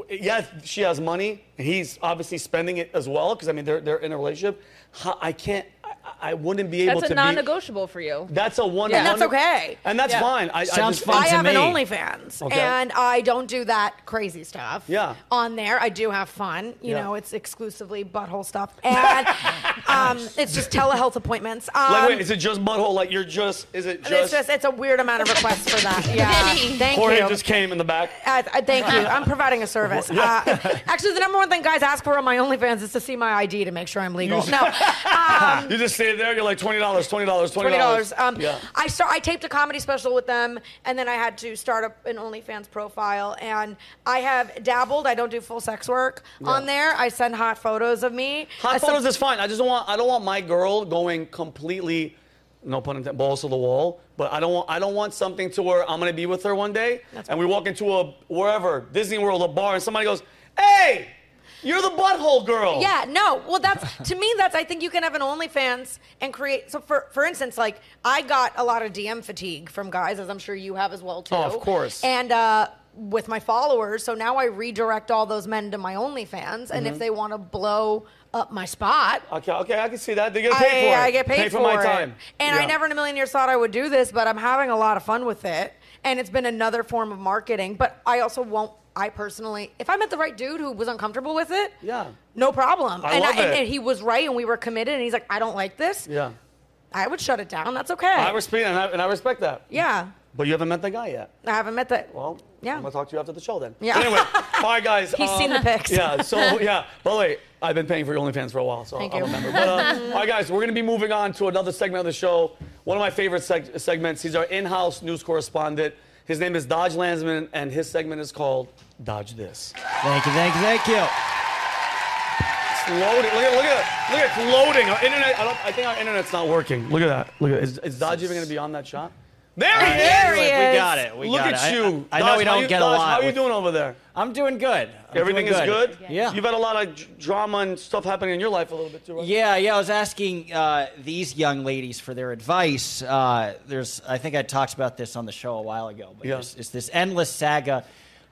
S2: yes, she has money, and he's obviously spending it as well, because I mean, they're, they're in a relationship. How- I can't, I, I wouldn't be able to
S4: That's
S2: be-
S4: a non-negotiable for you.
S2: That's a one.
S4: Yeah. And
S3: that's okay.
S2: And that's
S4: Yeah.
S2: fine. I, I
S7: Sounds
S2: just,
S7: fun
S3: I
S7: to
S3: have an
S7: me.
S3: OnlyFans,
S2: Okay.
S3: and I don't do that crazy stuff.
S2: Yeah.
S3: on there I do have fun. You
S2: Yeah.
S3: know, it's exclusively butthole stuff, and Um, it's just telehealth appointments. Um,
S2: Like, wait, is it just butthole? Like, you're just, is it
S3: it's
S2: just,
S3: just it's a weird amount of requests for that. Yeah.
S6: Vinny.
S3: Thank
S2: Jorge
S3: you.
S2: just came in the back?
S3: Uh, uh, thank you. I'm providing a service. Uh, actually, the number one thing guys ask for on my OnlyFans is to see my ID to make sure I'm legal.
S2: You-
S3: No, um,
S2: You just stay there, you're like $20, $20, $20.
S3: twenty dollars. Um,
S2: yeah.
S3: I start. I taped a comedy special with them, and then I had to start up an OnlyFans profile. And I have dabbled. I don't do full sex work on there. I send hot photos of me.
S2: Hot
S3: Uh, some-
S2: photos is fine. I just don't want I don't want my girl going completely, no pun intended, balls to the wall. But I don't want I don't want something to where I'm gonna be with her one day and we walk into a wherever Disney World, a bar, and somebody goes, "Hey, you're the butthole girl."
S3: Yeah, no. Well, that's to me. That's I think you can have an OnlyFans and create. So for for instance, like I got a lot of DM fatigue from guys, as I'm sure you have as well too.
S2: Oh, of course.
S3: And uh, with my followers, so now I redirect all those men to my OnlyFans, and
S2: Mm-hmm.
S3: if they want to blow up my spot,
S2: Okay, okay, I can see that. They get
S3: I,
S2: paid for it.
S3: I get paid
S2: pay for, my
S3: it.
S2: time.
S3: And I
S2: Yeah.
S3: never in a million years thought I would do this, but I'm having a lot of fun with it. And it's been another form of marketing. But I also won't, I personally, if I met the right dude who was uncomfortable with it,
S2: Yeah.
S3: no problem.
S2: I
S3: and,
S2: love
S3: and,
S2: it.
S3: and he was right and we were committed and he's like, I don't like this.
S2: Yeah.
S3: I would shut it down. That's okay.
S2: I respect and I, and I respect that.
S3: yeah.
S2: But you haven't met that guy yet.
S3: I haven't met that.
S2: Well,
S3: Yeah.
S2: I'm gonna talk to you after the show then.
S3: Yeah.
S2: Anyway, bye guys. Uh,
S3: He's seen the pics.
S2: Yeah. So yeah. By the way, I've been paying for your OnlyFans for a while, so
S3: Thank
S2: I'll
S3: you.
S2: remember. But, uh, all right, guys, we're gonna be moving on to another segment of the show. One of my favorite seg- segments. He's our in-house news correspondent. His name is Dodge Landsman, and his segment is called Dodge This.
S7: Thank you, thank you, thank you.
S2: It's loading. Look at look at look at it's loading. Our internet. I don't. I think our internet's not working. Look at that. Look at is, is Dodge even gonna be on that shot? There he is.
S3: There he
S7: We
S3: is.
S7: got it. We
S2: look at
S7: got it. I-
S2: you.
S7: I, I
S2: Dodge,
S7: know we
S2: how
S7: don't
S2: you-
S7: get
S2: Dodge,
S7: a lot.
S2: How are you
S7: with-
S2: doing over there?
S7: I'm doing good. I'm
S2: Everything
S7: doing
S2: is good.
S7: Yeah.
S2: You've had a lot of dr- drama and stuff happening in your life a little bit too. Right?
S7: Yeah, yeah. I was asking uh, these young ladies for their advice. Uh, there's, I think I talked about this on the show a while ago, but
S2: Yeah.
S7: there's it's this endless saga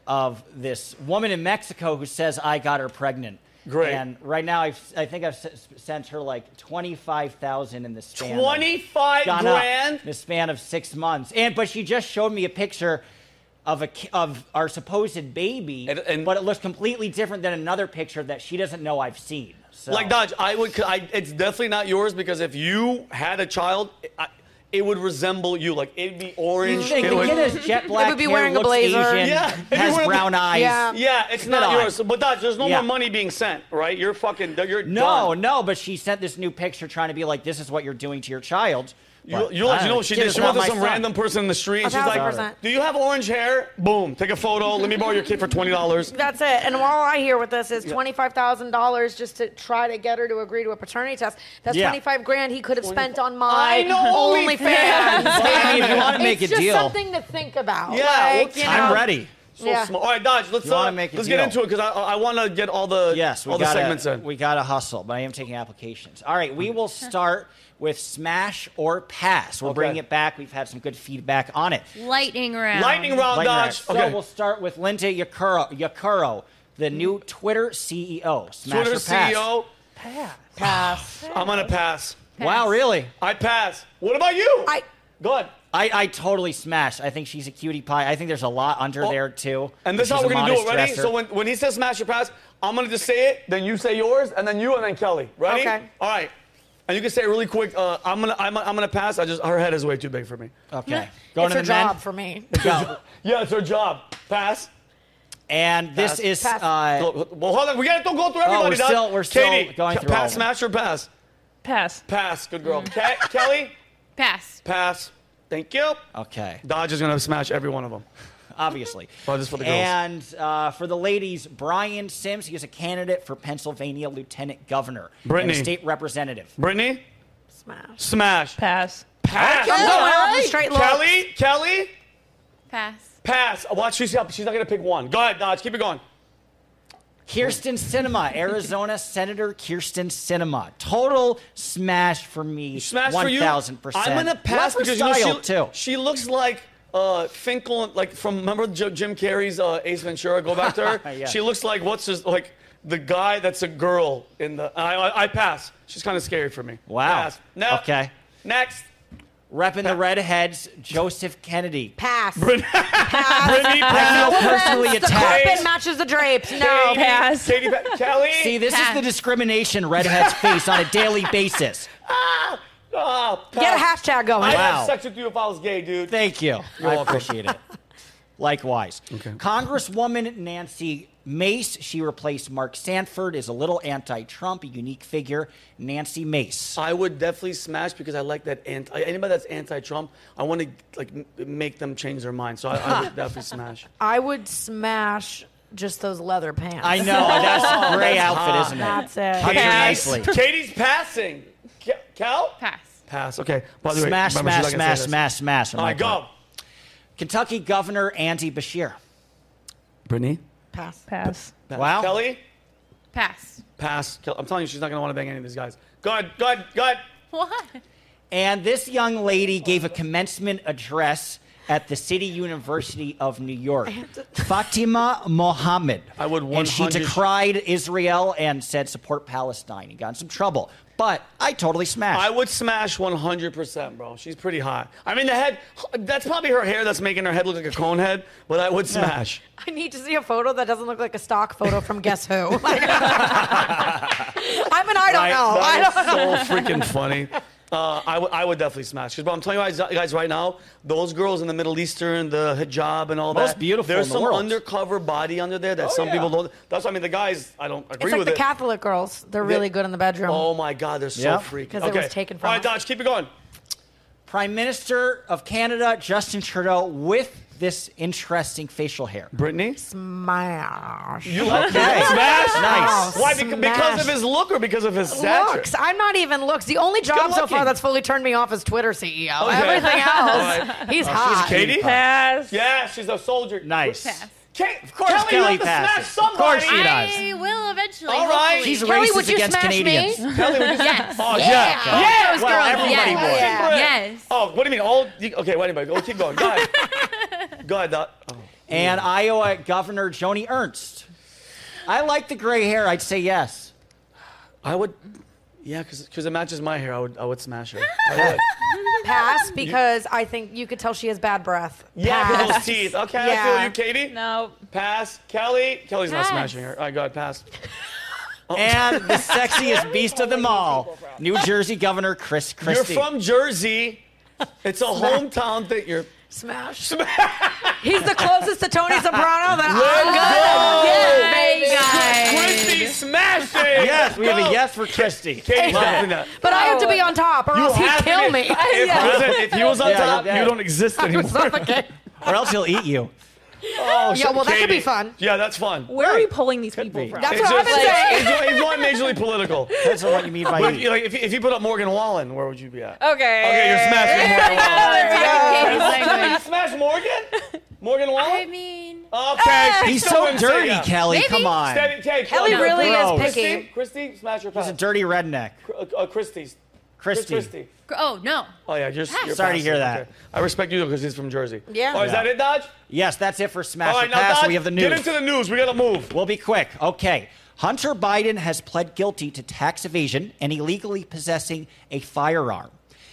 S7: of this woman in Mexico who says I got her pregnant.
S2: Great.
S7: And right now, I've, I think I've s- sent her like twenty five thousand in the span. of-
S2: 25
S7: gone up
S2: grand.
S7: in the span of six months. And but she just showed me a picture of a ki- of our supposed baby,
S2: And- and-
S7: but it looks completely different than another picture that she doesn't know I've seen. So.
S2: Like Dodge, I would. I, it's definitely not yours because if you had a child, I, it would resemble you. Like it'd be orange.
S7: The
S2: it would-
S7: kid has jet black
S3: would be
S7: hair,
S3: wearing a
S7: looks
S3: blazer.
S7: Asian,
S2: Yeah, it'd be
S7: has
S2: wearing a-
S7: brown eyes.
S3: Yeah.
S2: yeah, it's
S7: Spit
S2: not
S7: on.
S2: yours. But Dodge, there's no
S7: Yeah.
S2: more money being sent, right? You're fucking. You're
S7: No,
S2: done.
S7: no, but she sent this new picture trying to be like, this is what you're doing to your child.
S2: You,
S7: But
S2: you let you
S7: I don't
S2: know what she
S7: Kid
S2: did.
S7: is
S2: She went
S7: not
S2: to
S7: my
S2: some
S7: son.
S2: random person in the street. and
S3: A
S2: She's
S3: thousand
S2: like,
S3: percent.
S2: "Do you have orange hair? Boom, take a photo. Let me borrow your kid for twenty dollars."
S3: That's it. And all I hear with this is $25,000 just to try to get her to agree to a paternity test. That's
S7: Yeah.
S3: 25 grand he could have spent on
S2: I
S3: my
S2: know
S3: OnlyFans.
S2: OnlyFans.
S7: But I mean, if you want to make
S3: it's
S7: a
S3: just
S7: deal,
S3: something to think about.
S2: Yeah,
S3: Like,
S2: well,
S3: you
S7: I'm
S3: know.
S7: ready.
S2: So
S3: Yeah.
S2: small. All right, Dodge. Let's
S7: You wanna
S2: uh,
S7: make a
S2: let's
S7: deal.
S2: get into it because I I want to get all the
S7: Yes, we
S2: all the
S7: gotta,
S2: segments in.
S7: We got to hustle, but I am taking applications. All right, we will start with smash or pass. We'll bring
S2: Okay.
S7: it back. We've had some good feedback on it.
S6: Lightning round.
S2: Lightning round,
S7: Lightning round.
S2: Dodge. Okay.
S7: So we'll start with Linda Yakuro, Yakuro the new Twitter CEO. Smash
S2: Twitter E
S7: or pass?
S2: CEO.
S3: Pass.
S2: I'm gonna pass.
S7: Wow, really?
S2: I pass. What about you?
S3: I-
S2: Go ahead.
S7: I, I totally smash. I think she's a cutie pie. I think there's a lot under
S2: Oh,
S7: there too.
S2: And this is how
S7: She's a
S2: we're gonna do it.
S7: modest
S2: Ready?
S7: dresser.
S2: So when, when he says smash your pass, I'm gonna just say it, then you say yours, and then you, and then Kelly. Ready?
S3: Okay.
S2: All right. And you can say it really quick. Uh, I'm gonna I'm, I'm gonna pass. I just her head is way too big for me.
S7: okay, going
S3: It's
S7: to
S3: her
S7: the
S3: job for me.
S7: men. Go.
S2: Yeah, it's her job. Pass.
S7: And this
S2: Pass.
S7: is
S3: Pass.
S7: uh,
S2: Well, hold on. We gotta don't go through everybody.
S7: Oh, we're
S2: Dodge.
S7: still- we're still
S2: Katie,
S7: going
S2: ca-
S7: through all
S2: Pass,
S7: of them.
S2: smash or pass?
S4: Pass. Mm.
S2: Pass. Good girl. Ke- Kelly,
S6: Pass.
S2: pass. Thank you.
S7: okay.
S2: Dodge is gonna smash every one of them.
S7: obviously.
S2: Oh, this is for the girls.
S7: And uh, for the ladies, Brian Sims, he is a candidate for Pennsylvania Lieutenant Governor
S2: Brittany.
S7: and a state representative.
S2: Brittany,
S3: Smash.
S2: smash.
S4: Pass.
S2: Pass.
S3: I'm going off the straight line.
S2: Kelly, Kelly,
S6: Pass.
S2: pass. Watch, she's up. She's not gonna pick one. Go ahead, Dodge. Keep it going.
S7: Kirsten Cinema, Arizona Senator Kirsten Cinema. Total smash for me.
S2: Smash for you.
S7: 1000%.
S2: I'm gonna
S7: Love
S2: pass
S7: her
S2: because you know,
S7: style,
S2: she,
S7: too.
S2: she looks like uh, Finkel, like from remember Jo- Jim Carrey's uh, Ace Ventura. Go back to her.
S7: Yeah.
S2: She looks like what's his like the guy that's a girl in the. I, I, I pass. She's kind of scary for me.
S7: Wow.
S2: Pass. No.
S7: Okay.
S2: Next.
S7: repping the redheads, Joseph Kennedy.
S3: Pass.
S2: Brittany
S7: I feel
S2: Brown.
S7: personally
S3: The carpet
S7: attacked.
S3: matches the drapes. No.
S2: Katie-
S4: Pass.
S2: Katie Pa- Kelly.
S7: See, this is the discrimination redheads face on a daily basis.
S2: Ah,
S3: Get a
S2: pass.
S3: hashtag going.
S2: I
S7: Wow.
S2: have sex with you if I was gay, dude.
S7: Thank you. I
S2: welcome.
S7: appreciate it. Likewise. Congresswoman Nancy Mace, she replaced Mark Sanford, is a little anti Trump, a unique figure. Nancy Mace.
S2: I would definitely smash because I like that anti. Anybody that's anti-Trump, I want to like m- make them change their mind. So I, I would definitely smash.
S3: I would smash just those leather pants.
S7: I know,
S2: Oh,
S7: that's a gray outfit, isn't it?
S3: That's it.
S7: Hugs her
S4: Pass.
S7: nicely.
S2: Katie's passing. Ca- Cal.
S6: Pass.
S2: Pass. Okay. By the way,
S7: Smash,
S2: remember, she's
S7: smash,
S2: not gonna
S7: smash,
S2: say this. Oh
S7: smash, smash. on
S2: All
S7: my
S2: right, go.
S7: part. Kentucky Governor Andy Bashir.
S2: Brittany.
S3: Pass.
S4: Pass.
S7: Wow.
S2: Kelly.
S6: Pass.
S2: Pass. Kel- I'm telling you, she's not gonna want to bang any of these guys. Good. Good. Good.
S6: What?
S7: And this young lady gave a commencement address at the City University of New York. Fatima Mohammed.
S2: I would
S7: And she
S2: 100
S7: decried Israel and said support Palestine. He got in some trouble. But I totally smashed.
S2: I would smash 100%, bro. She's pretty hot. I mean, the head, that's probably her hair that's making her head look like a cone head, but I would smash.
S3: I need to see a photo that doesn't look like a stock photo from Guess Who. Like- I'm an I don't know. I
S2: That
S3: don't
S2: is so freaking funny. Uh, I, w- I would definitely smash. Because, bro, I'm telling you guys, uh, guys right now, those girls in the Middle Eastern, the hijab and all
S7: Most
S2: that.
S7: beautiful
S2: There's
S7: in the
S2: some
S7: world.
S2: undercover body under there that
S7: Oh,
S2: some
S7: yeah.
S2: people don't. That's what I mean. The guys, I don't agree
S3: It's like
S2: with
S3: the
S2: it.
S3: Catholic girls. They're
S2: They-
S3: really good in the bedroom.
S2: Oh my God, they're so
S7: Yeah.
S2: freaky.
S3: 'Cause it was taken from
S2: All right,
S3: us.
S2: Dodge, keep it going.
S7: Prime Minister of Canada, Justin Trudeau, with this interesting facial hair.
S2: Brittany?
S3: Smash.
S2: You like
S7: Okay.
S2: Smash?
S7: Nice. Oh,
S2: Why? Beca- Because
S3: Smash.
S2: of his look or because of his stature?
S3: Looks. I'm not even looks. The only job so
S2: looking.
S3: far that's fully turned me off is Twitter CEO.
S2: Okay.
S3: Everything
S2: All
S3: else,
S2: right. Oh,
S3: he's hot.
S2: Katie?
S4: Pass.
S2: Yeah, she's a soldier.
S7: Nice.
S2: Kate, of
S7: course Kelly
S2: you have to
S7: passes.
S2: smash
S7: Of course
S2: somebody.
S7: she does.
S6: I will eventually.
S2: All right.
S6: hopefully.
S7: She's
S3: Kelly,
S7: racist
S3: would you
S7: against
S3: smash me?
S7: Canadians.
S2: Kelly, would you smash-
S6: Yes.
S2: Oh, yeah.
S6: Yeah.
S2: Yeah.
S6: Those girls,
S7: everybody
S6: yes.
S7: would.
S2: Fucking Brit.
S6: Yes.
S2: Oh, what do you mean? All, you- okay, wait a minute. Oh, keep going. Go ahead. Go ahead, Doc. Oh.
S7: And Iowa Governor Joni Ernst. I like the gray hair. I'd say yes.
S2: I would, yeah, because it matches my hair. I would, I would smash her. I would.
S3: Pass because I think you could tell she has bad breath.
S2: yeah, 'cause
S3: Pass.
S2: those teeth. Okay, I feel
S3: Yeah.
S2: you, Katie.
S4: No.
S2: Pass. Kelly. Kelly's
S6: Pass.
S2: not smashing her. All right, go ahead, pass.
S7: And the sexiest beast of them all, New Jersey Governor Chris
S2: You're
S7: Christie.
S2: from Jersey. It's a hometown thing. You're
S3: Smash. He's the closest to Tony Soprano that
S2: Let's go.
S3: I'm gonna get, baby.
S2: Christy smashing.
S7: yes, we have
S2: Go.
S7: a yes for Christie.
S2: Katie's laughing at.
S3: But I have to be on top, or else
S2: You
S3: he'd
S2: have to
S3: kill
S2: be-
S3: me.
S2: If,
S3: Yeah.
S2: he was, if he was on
S7: Yeah, you're
S2: top,
S7: dead.
S2: you don't exist anymore.
S7: Or else he'll eat you.
S2: Oh,
S3: Yeah, well, that could be
S2: Katie.
S3: fun.
S2: Yeah, that's fun.
S4: Where are we pulling these people
S7: be.
S4: from?
S3: That's
S2: It's
S3: what I've
S2: just-
S3: been saying.
S2: it's- It's not majorly political.
S7: That's what you mean by
S2: Like,
S7: eat.
S2: like, if, you- if you put up Morgan Wallen, where would you be at?
S4: Okay.
S2: Okay, you're smashing Morgan Wallen.
S6: Yeah.
S2: You smash Morgan? Morgan
S6: I
S2: Wallen?
S6: mean,
S2: Okay. she
S7: He's
S2: still
S7: so
S2: wouldn't say
S7: dirty,
S2: yeah.
S7: Kelly.
S6: Maybe.
S7: Come on.
S2: Steady, Kate,
S3: Ah! Kelly
S2: Kelly,
S3: really
S7: Gross.
S3: is
S2: Christy,
S3: picky.
S2: Christy, smash your
S7: He's a
S2: pass.
S7: dirty redneck.
S2: Uh, uh, Christie's. Chris
S7: Christie.
S2: Christie.
S6: gr- oh no.
S2: Oh, yeah, you're, you're
S7: Sorry to
S2: passing.
S7: hear that.
S2: Okay. I respect you because he's from Jersey.
S3: Ah, Yeah.
S2: Oh, is
S7: Yeah.
S2: that it, Dodge?
S7: Yes, that's it for Smash
S2: All
S7: or
S2: right, now,
S7: Pass.
S2: Dodge,
S7: we have the news.
S2: get into the news. We got to move.
S7: We'll be quick. Okay. Hunter Biden has pled guilty to tax evasion and illegally possessing a firearm.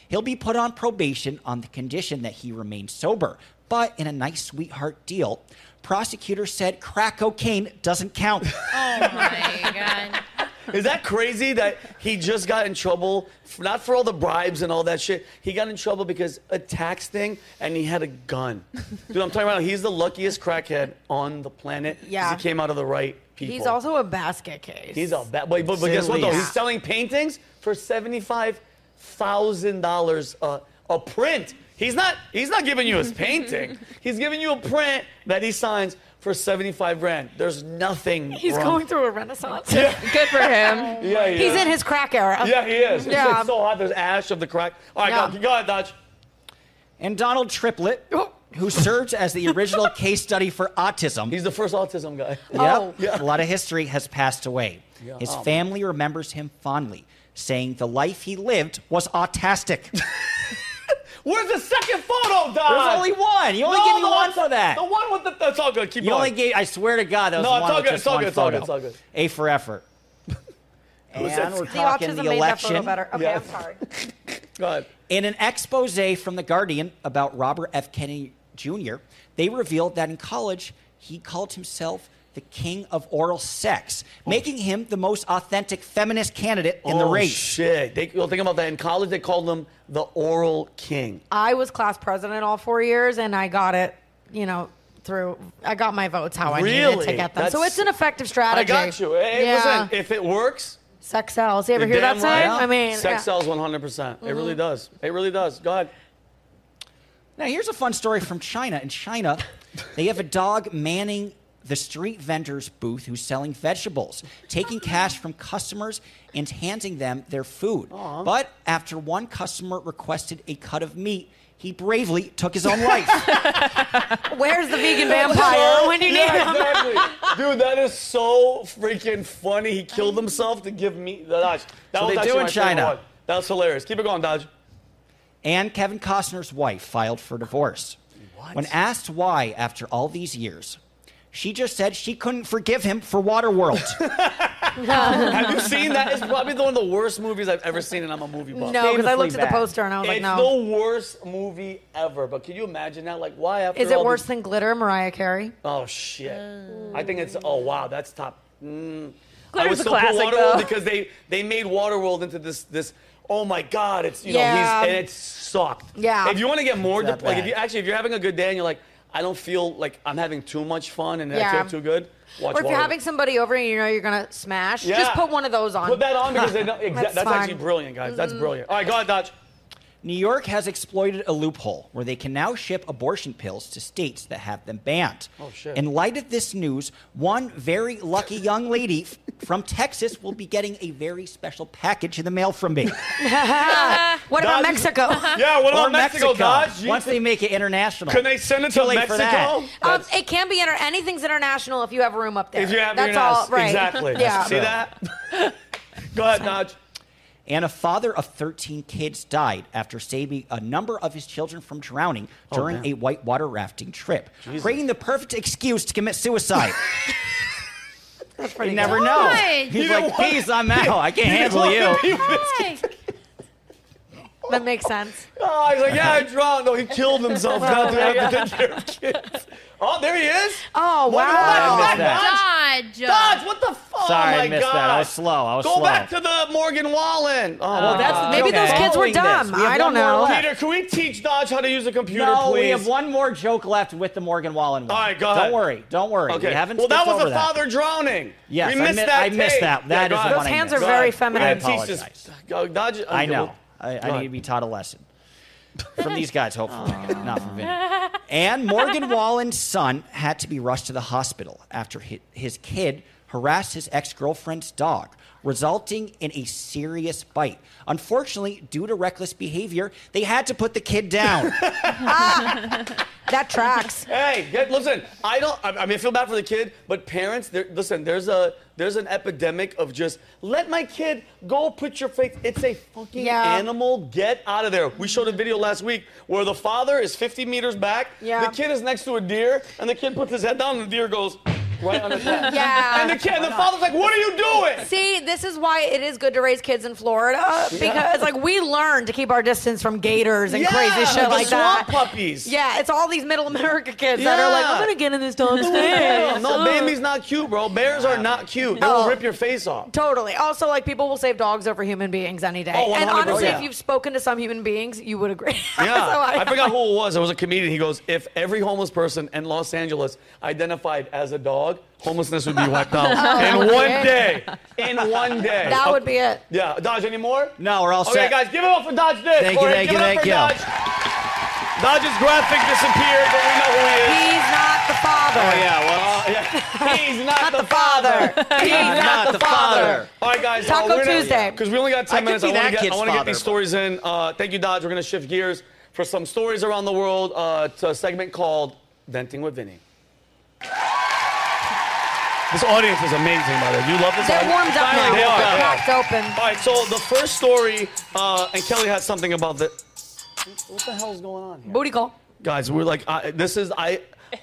S7: He'll be put on probation on the condition that he remains sober, but in a nice sweetheart deal. Prosecutors said crack cocaine doesn't count.
S6: Oh my god.
S2: Is that crazy that he just got in trouble, f- not for all the bribes and all that shit? He got in trouble because a tax thing and he had a gun. Dude, I'm talking about he's the luckiest crackhead on the planet. 'cause
S3: Yeah.
S2: He came out of the right people.
S3: He's also a basket case.
S2: He's a bad boy. But, but guess what, though?
S7: Silly.
S2: He's selling paintings for $75,000 a- a print. He's not, he's not giving you his painting. He's giving you a print that he signs for 75 grand. There's nothing
S3: He's
S2: wrong.
S3: going through a renaissance.
S4: Good for him.
S2: Yeah, yeah.
S3: He's in his crack era.
S2: Yeah, he is. He's
S3: Yeah.
S2: like so hot. There's ash of the crack. All right,
S3: Yeah.
S2: go, go ahead, Dodge.
S7: and Donald Triplett, who served as the original case study for autism.
S2: He's the first autism guy.
S7: Yep.
S2: Yeah.
S7: A lot of history has passed away. His family remembers him fondly, saying the life he lived was autistic.
S2: Where's the second photo, Dodge?
S7: There's only one. You only
S2: No,
S7: give me
S2: the
S7: one for that.
S2: The one with the. That's all good. Keep
S7: You
S2: going.
S7: only gave. I swear to God, that was
S2: No, it's
S7: one
S2: all
S7: with
S2: good,
S7: just
S2: it's all
S7: one
S2: good, it's all
S7: photo.
S2: good, it's all good.
S7: A for effort. and
S2: said-
S7: we're
S2: The
S3: The
S7: talking
S3: autism
S7: the
S3: made that photo
S7: election.
S3: better. Okay,
S2: Yeah.
S3: I'm sorry.
S2: Go ahead.
S7: In an expose from The Guardian about Robert F. Kennedy Jr., they revealed that in college, he called himself the king of oral sex, making him the most authentic feminist candidate in the
S2: Oh,
S7: race.
S2: Shit. They, well, think about that. In college, they called him the oral king.
S3: I was class president all four years, and I got it. You know, through I got my votes how I needed to
S2: Really?
S3: get them. so
S2: That's-
S3: it's an effective
S2: I
S3: strategy.
S2: got you. Hey,
S3: yeah.
S2: listen, if it works,
S3: sex sells. You ever
S2: you're
S3: hear that
S2: damn
S3: saying?
S2: right.
S3: I mean,
S2: sex
S3: yeah.
S2: sells 100%. percent It
S7: Mm-hmm.
S2: really does. It really does. Go ahead.
S7: Now, here's a fun story from China. In China, they have a dog manning the street vendor's booth who's selling vegetables, taking cash from customers and handing them their food. But after one customer requested a cut of meat, he bravely took his own life.
S3: Where's the vegan vampire when you need
S2: Yeah,
S3: him?
S2: exactly. Dude, that is so freaking funny. He killed himself to give me the Dodge. That
S7: So
S2: was
S7: they do
S2: actually
S7: in
S2: my favorite
S7: China.
S2: one. That was hilarious. Keep it going, Dodge.
S7: and Kevin Costner's wife filed for divorce.
S2: What?
S7: When asked why after all these years, she just said she couldn't forgive him for Waterworld.
S2: Have you seen that? It's probably one of the worst movies I've ever seen, and I'm a movie buff.
S3: No, because I looked at the
S7: bad.
S3: poster and I was like,
S2: It's
S3: no.
S2: the worst movie ever. But can you imagine that? Like, why after
S3: Is it
S2: all
S3: worse
S2: these-
S3: than Glitter, Mariah Carey?
S2: Oh shit! I think it's. Oh wow, that's top. Mm. I would
S4: Glitter's a
S2: still put
S4: classic,
S2: Waterworld
S4: though.
S2: because they they made Waterworld into this this. Oh my God! It's you
S3: Yeah.
S2: know he's and it sucked.
S3: Yeah.
S2: If you want to get more
S7: It's that
S2: dep- like if
S7: bad.
S2: you actually if you're having a good day and you're like I don't feel like I'm having too much fun and I
S3: Yeah.
S2: feel too good. Watch
S3: Or if
S2: Waterworld.
S3: you're having somebody over and you know you're gonna smash,
S2: Yeah.
S3: just put one of those on.
S2: Put that on because they know, exa- that's,
S3: That's
S2: actually
S3: fine. Mm.
S2: brilliant, guys. That's brilliant. All right, go ahead, Dodge.
S7: New York has exploited a loophole where they can now ship abortion pills to states that have them banned.
S2: Oh, shit.
S7: In light of this news, one very lucky young lady f- from Texas will be getting a very special package in the mail from me.
S3: what about
S2: Dodge-
S3: Mexico?
S2: Yeah, what
S7: Or
S2: about Mexico, Dodge? You-
S7: Once they make it international.
S2: Can they send it
S7: Too
S2: to
S7: late for that.
S2: Mexico?
S3: Um, it can be inter- anything's international if you have room up there.
S2: If you have
S3: That's
S2: your
S3: all,
S2: ass.
S3: right?
S2: Exactly.
S3: Yeah.
S2: See that? Go ahead, Dodge.
S7: And a father of 13 kids died after saving a number of his children from drowning during
S2: man.
S7: a whitewater rafting trip, creating the perfect excuse to commit suicide. you never know.
S6: Why?
S7: He's
S6: You
S2: know
S7: like,
S2: what?
S7: peace, I'm out. I can't handle you. Oh
S3: That makes sense.
S2: Oh, he's like, yeah, I drowned. No, he killed
S7: Oh,
S2: himself. Now they have to take care of kids. Oh, there he is.
S3: Oh
S2: What-
S3: wow.
S2: what-
S7: I missed that.
S6: Dodge.
S2: Dodge, what the fuck?
S7: Sorry,
S2: oh,
S7: I
S2: my
S7: missed
S2: God.
S7: that. I was slow. I was
S2: Go
S7: slow.
S2: back to the Morgan Wallen. Oh, well,
S7: that's
S3: Maybe those kids were
S7: Following this.
S3: dumb.
S7: We have
S3: I don't
S7: one more
S3: know.
S7: left.
S2: Peter, can we teach Dodge how to use a computer,
S7: No,
S2: please?
S7: we have one more joke left with the Morgan Wallen one.
S2: All right, go
S7: Don't
S2: ahead.
S7: worry. Don't worry.
S2: Okay.
S7: We haven't
S2: well, that
S7: skipped
S2: was
S7: over
S2: the father drowning.
S7: Yes,
S2: we
S7: I
S2: missed
S7: mi-
S2: that.
S7: I missed
S2: tape.
S7: that. That
S2: go
S7: is the
S2: ahead.
S7: one I
S3: Those hands are
S7: missed.
S3: very
S2: Go ahead.
S3: feminine.
S7: I
S2: We gotta teach this- Go- Dodge.
S7: I know.
S2: Go
S7: I, I need to
S2: ahead.
S7: be taught a lesson from these guys, hopefully, not from Vinny. And Morgan Wallen's son had to be rushed to the hospital after his, his kid harassed his ex-girlfriend's dog, resulting in a serious bite. Unfortunately, due to reckless behavior, they had to put the kid down.
S3: That tracks.
S2: Hey, get, listen. I don't. I, I mean, I feel bad for the kid, but parents, there, listen. There's a there's an epidemic of just let my kid go. Put your face. It's a fucking
S3: Yeah.
S2: animal. Get out of there. We showed a video last week where the father is 50 meters back.
S3: Yeah.
S2: The kid is next to a deer, and the kid puts his head down, and the deer goes right on his head.
S3: Yeah.
S2: And the kid, the father's like, "What are you doing?"
S3: See, this is why it is good to raise kids in Florida because, like, we learn to keep our distance from gators and
S2: Yeah,
S3: crazy shit
S2: the
S3: like that.
S2: swamp puppies.
S3: Yeah, it's all these Middle America kids that are like,
S2: Yeah.
S3: I'm gonna get in this dog's
S2: Yeah,
S3: face.
S2: No, baby's not cute, bro. Bears are not cute. They
S3: No.
S2: will rip your face off.
S3: Totally. Also, like, people will save dogs over human beings any day.
S2: Oh,
S3: and
S2: 100%.
S3: honestly,
S2: Yeah.
S3: if you've spoken to some human beings, you would agree.
S2: Yeah,
S3: So
S2: I, forgot who it was. It was a comedian. He goes, "If every homeless person in Los Angeles identified as a dog, homelessness would be wiped out in
S3: Oh, okay.
S2: one day. In one day.
S3: That would be it.
S2: Yeah, Dodge. Any more?
S7: No, we're all
S2: okay,
S7: set.
S2: guys, give it up for Dodge. This.
S7: Thank you,
S2: Jorge,
S7: thank
S2: give
S7: you,
S2: it up
S7: thank you.
S2: for Dodge. Dodge's graphic disappeared, but we know who he is.
S3: He's not the father.
S7: Oh, yeah, well,
S2: Uh, yeah. He's not,
S3: Not the father. He's not, the, father.
S2: All right, guys.
S3: Taco Tuesday.
S2: Because we only got 10
S7: I could
S2: minutes.
S7: be
S2: I want
S7: that
S2: to get,
S7: kid's
S2: I wanna get
S7: father,
S2: these
S7: but-
S2: stories in. Uh, thank you, Dodge. We're going to shift gears for some stories around the world uh, to a segment called Venting with Vinny. This audience is amazing, by the way. You love this
S3: They're
S2: audience?
S3: warmed up now.
S2: Finally, They are.
S3: They're
S2: they are.
S3: cracked open.
S2: All right, so the first story, uh, and Kelly had something about the. What the hell's going on here?
S3: Booty call.
S2: guys we're like I, this is i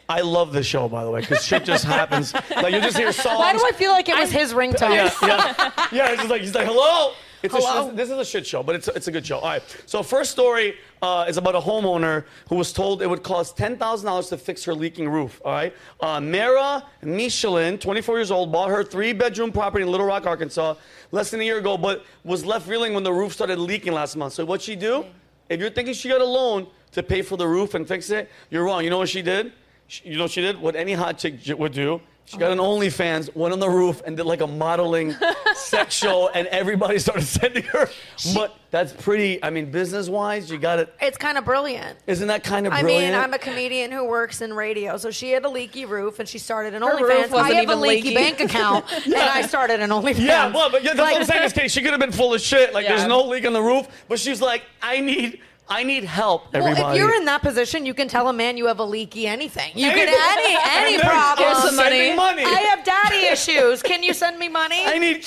S2: i love this show by the way because shit just happens like you just hear songs
S3: Why do I feel like it was his ringtone?
S2: yeah yeah yeah it's just like he's like hello It's
S3: Hello?
S2: A, sh- this is a shit show, but it's a, it's a good show. All right. So first story uh, is about a homeowner who was told it would cost ten thousand dollars to fix her leaking roof. All right. Uh, Mara Michelin, 24 years old, bought her three-bedroom property in Little Rock, Arkansas, less than a year ago, but was left reeling when the roof started leaking last month. So what she do? If you're thinking she got a loan to pay for the roof and fix it, you're wrong. You know what she did? She, you know what she did? What any hot chick j- would do. She got an
S3: Oh.
S2: OnlyFans, went on the roof, and did like a modeling sex show, and everybody started sending her. But that's pretty. I mean, business-wise, you got it.
S3: It's kind of brilliant.
S2: Isn't that kind of
S3: I
S2: brilliant?
S3: mean, I'm a comedian who works in radio, so she had a leaky roof and she started an
S4: Her
S3: OnlyFans.
S4: roof wasn't
S3: I have a
S4: even
S3: leaky,
S4: leaky.
S3: bank account and I started an OnlyFans.
S2: yeah, well, but yeah, that's what I'm
S3: Like-
S2: saying. This case, she could have been full of shit. Like,
S4: Yeah.
S2: there's no leak on the roof, but she's like, I need, I need help, everybody.
S3: Well, if you're in that position, you can tell a man you have a leaky anything. You
S2: Anything.
S3: can any any
S2: And then
S3: problem.
S4: Here's some money.
S2: sending money.
S3: I have daddy issues. Can you send me money?
S2: I need.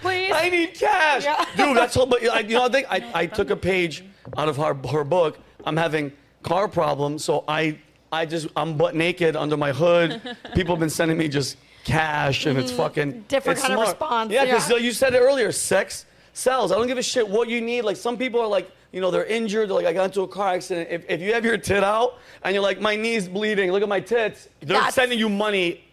S3: please.
S2: I need cash,
S3: Yeah.
S2: dude. That's all. But I, you know, I think I, I took a page out of her her book. I'm having car problems, so I I just I'm butt naked under my hood. People have been sending me just cash, and it's fucking
S3: Mm-hmm. Different
S2: it's
S3: kind of
S2: smart.
S3: response,
S2: Yeah, because
S3: yeah.
S2: you said it earlier. Sex sells. I don't give a shit what you need. Like some people are like. You know, they're injured. They're like, I got into a car accident. If, if you have your tit out and you're like, my knee's bleeding, look at my tits, they're
S3: That's-
S2: sending you money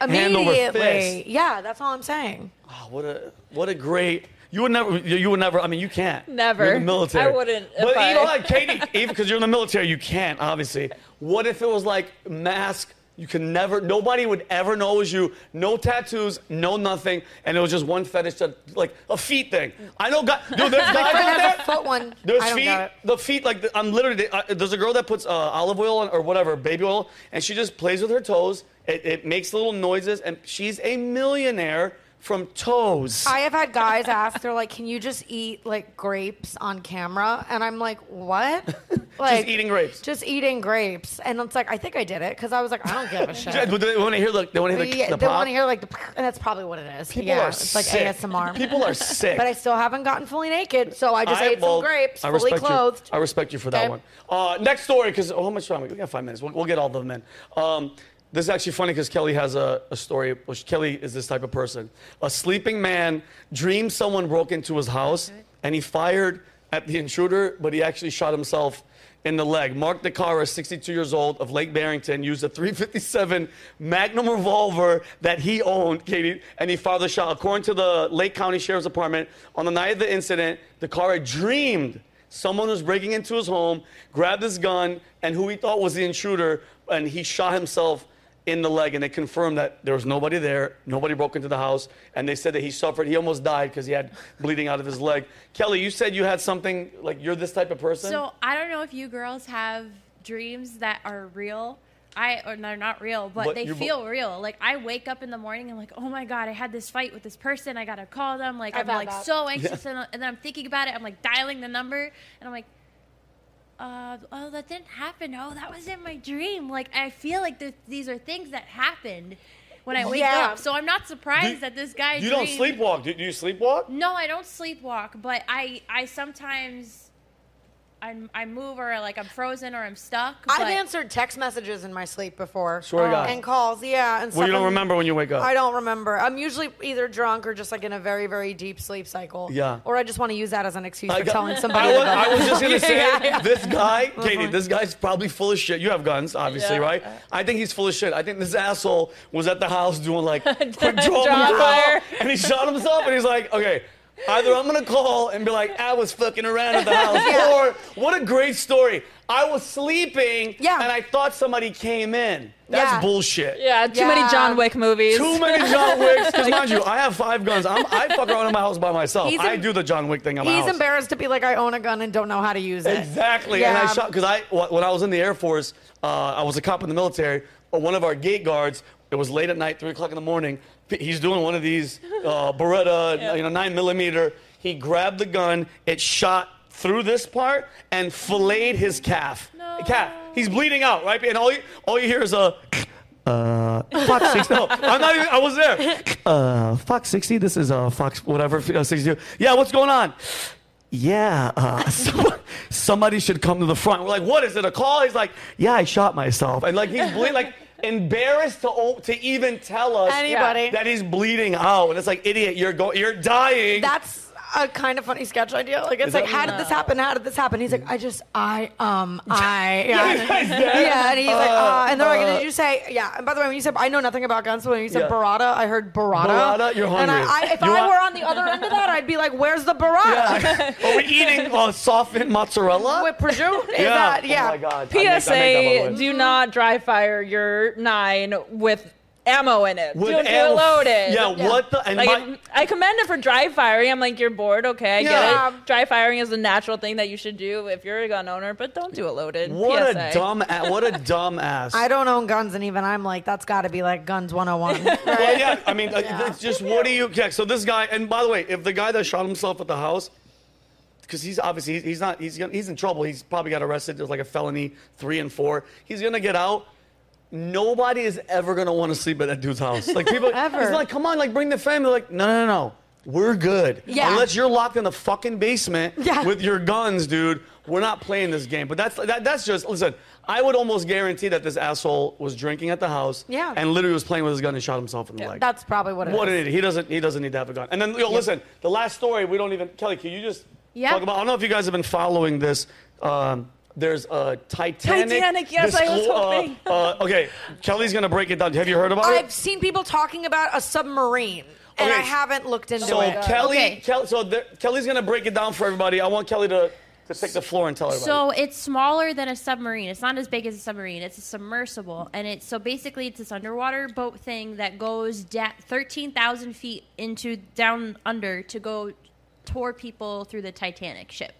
S2: hand over fist.
S3: Immediately. Yeah, that's all I'm saying.
S2: Oh, what a what a great. You would never. You you would never. I mean, you can't.
S4: Never.
S2: You're in the military.
S4: I wouldn't if
S2: But you know,
S4: I-
S2: like Katie, even because you're in the military, you can't obviously. What if it was like mask? You can never. Nobody would ever know it was you. No tattoos. No nothing. And it was just one fetish that, like a feet thing. I know, guys. Dude, there's guys
S3: My friend
S2: out
S3: has
S2: there.
S3: a foot one.
S2: There's
S3: I don't got
S2: feet,
S3: it.
S2: the feet, like the- I'm literally. Uh, there's a girl that puts uh, olive oil on, or whatever, baby oil, and she just plays with her toes. It, it makes little noises, and she's a millionaire from toes.
S3: I have had guys ask, they're like, "Can you just eat like grapes on camera?" And I'm like, "What?" Like
S2: eating grapes.
S3: Just eating grapes, and it's like I think I did it because I was like, I don't give a shit.
S2: Yeah, but they want to hear the. They want to hear the,
S3: Yeah,
S2: the
S3: they
S2: pop.
S3: want to hear like the, and that's probably what it is.
S2: People
S3: yeah,
S2: are
S3: it's like
S2: sick.
S3: ASMR.
S2: People are sick.
S3: But I still haven't gotten fully naked, so I just ate
S2: well,
S3: some grapes,
S2: I
S3: fully
S2: respect you-
S3: clothed.
S2: I respect you for that
S3: Okay.
S2: one. Uh, next story, because how much time? We we got five minutes. We'll, we'll get all of them in. Um, this is actually funny because Kelly has a, a story. Which Kelly is this type of person. A sleeping man dreamed someone broke into his house, and he fired at the intruder, but he actually shot himself in the leg. Mark DeCara, 62 years old, of Lake Barrington, used a 357 Magnum revolver that he owned, Katie, and he fired the shot. According to the Lake County Sheriff's Department, on the night of the incident, DeCara dreamed someone was breaking into his home, grabbed his gun, and who he thought was the intruder, and he shot himself in the leg and they confirmed that there was nobody there nobody broke into the house and they said that he suffered he almost died because he had bleeding out of his leg kelly you said you had something like you're this type of person
S6: So I don't know if you girls have dreams that are real. I or they're not real, but,
S2: But
S6: they
S2: you're bo-
S6: feel real. Like I wake up in the morning, I'm like, oh my god, I had this fight with this person. I gotta call them. Like i
S3: I've had
S6: am like
S3: that.
S6: so anxious, and, and then I'm thinking about it. I'm like dialing the number, and I'm like, uh, oh, that didn't happen. Oh, that was in my dream. Like I feel like th- these are things that happened when I wake
S3: Yeah.
S6: up. So I'm not surprised that this guy.
S2: you don't
S6: dreamed-
S2: sleepwalk do do you sleepwalk
S6: no, I don't sleepwalk, but I I sometimes I I move or like I'm frozen or I'm stuck.
S3: I've
S6: but-
S3: answered text messages in my sleep before. um,
S2: Swear to God.
S3: And calls, yeah. And
S2: well you
S3: stuff.
S2: don't remember when you wake up
S3: I don't remember. I'm usually either drunk or just like in a very, very deep sleep cycle.
S2: Yeah.
S3: Or I just want to use that as an excuse
S2: I
S3: for
S2: got-
S3: telling somebody.
S2: I was,
S3: that-
S2: I was just gonna say
S3: Yeah, Mm-hmm. yeah.
S2: this guy, Katie. This guy's probably full of shit. You have guns, obviously, right? I think he's full of shit. I think this asshole was at the house doing like quick draw withdrawal,
S4: fire.
S2: and he shot himself. And he's like, okay. Either I'm gonna call and be like, I was fucking around at the house, or what a great story. I was sleeping
S3: Yeah.
S2: and I thought somebody came in. That's
S3: Yeah.
S2: bullshit.
S4: Yeah, too many
S3: Yeah.
S4: John Wick movies.
S2: Too many John Wicks. Because mind you, I have five guns. I'm, I fuck around in my house by myself.
S3: He's
S2: I
S3: em-
S2: do the John Wick thing. in my
S3: He's
S2: house.
S3: embarrassed to be like, I own a gun and don't know how to use it.
S2: Exactly. And I
S3: Yeah.
S2: shot because I wh- when I was in the Air Force, uh, I was a cop in the military. uh, One of our gate guards. It was late at night, three o'clock in the morning. p- He's doing one of these uh, Beretta, you know, nine millimeter. He grabbed the gun. It shot through this part and filleted his calf. Calf. He's bleeding out, right? And all you, all you hear is a. Uh, Fox 60. No, I'm not even. I was there. Uh, Fox 60. This is uh, Fox whatever uh, 62. Yeah, what's going on? yeah, uh, some- somebody should come to the front. We're like, what is it, a call? He's like, yeah, I shot myself. And like, he's bleeding, like, embarrassed to o- to even tell us
S3: Anybody.
S2: that he's bleeding out, and it's like, idiot, you're go- you're dying.
S3: That's a kind of funny sketch idea. Like it's
S2: Is
S3: like,
S2: that-
S3: how did this happen? How did this happen? He's like, I just, I, um, I,
S2: This guy's dead.
S3: yeah. And he's like, uh, and they're like,
S2: uh,
S3: did you say, yeah? And by the way, when you said, I know nothing about guns, but when you said
S2: Yeah.
S3: burrata, I heard burrata.
S2: Burrata, you're
S3: And I,
S2: hungry.
S3: I, if
S2: You
S3: I
S2: want-
S3: were on the other end of that, I'd be like, where's the burrata?
S2: Yeah. Are we eating uh, softened mozzarella?
S3: With prosciutto? Is that, yeah.
S2: Oh my God. I make- I make that
S4: PSA:
S2: one.
S4: Do not dry fire your nine with ammo in it.
S2: With
S4: Don't get
S2: ammo-
S4: loaded.
S2: Yeah, what the- and
S4: like,
S2: my-
S4: I commend it for dry firing. I'm like, you're bored. Okay, I
S2: Yeah.
S4: get it. Dry firing is a natural thing that you should do if you're a gun owner, but don't do it loaded.
S2: What
S4: PSA.
S2: a dumb. a- What a dumb ass.
S3: I don't own guns, and even I'm like, that's got to be like guns 101. right?
S2: Well, yeah, I mean, uh, it's just what do you? Yeah, so this guy, and by the way, if the guy that shot himself at the house, because he's obviously he's, he's not he's gonna, he's in trouble. He's probably got arrested. There's like a felony three and four. He's gonna get out. Nobody is ever gonna want to sleep at that dude's house. Like people,
S3: Ever.
S2: It's like, come on, like bring the family. Like, no, no, no, we're good.
S3: Yeah.
S2: Unless you're locked in the fucking basement
S3: Yeah.
S2: with your guns, dude. We're not playing this game. But that's that, that's just listen. I would almost guarantee that this asshole was drinking at the house.
S3: Yeah.
S2: And literally was playing with his gun and shot himself in the leg.
S3: That's probably what it
S2: What
S3: is.
S2: an idiot. He doesn't he doesn't need to have a gun. And then yo, listen, the last story we don't even Kelly, can you just
S6: Yeah.
S2: talk about I don't know if you guys have been following this. Um, there's a Titanic.
S4: Titanic, yes, I was
S2: disclo- uh,
S4: hoping.
S2: Uh, okay, Kelly's gonna break it down. Have you heard about
S3: I've
S2: it?
S3: seen people talking about a submarine, and
S2: Okay.
S3: I haven't looked into
S2: So
S3: it.
S2: Kelly,
S6: Okay.
S2: Kelly so there, Kelly's gonna break it down for everybody. I want Kelly to, to take the floor and tell everybody.
S6: So it's smaller than a submarine. It's not as big as a submarine. It's a submersible, and it's so basically it's this underwater boat thing that goes da- thirteen thousand feet into down under to go tour people through the Titanic ship.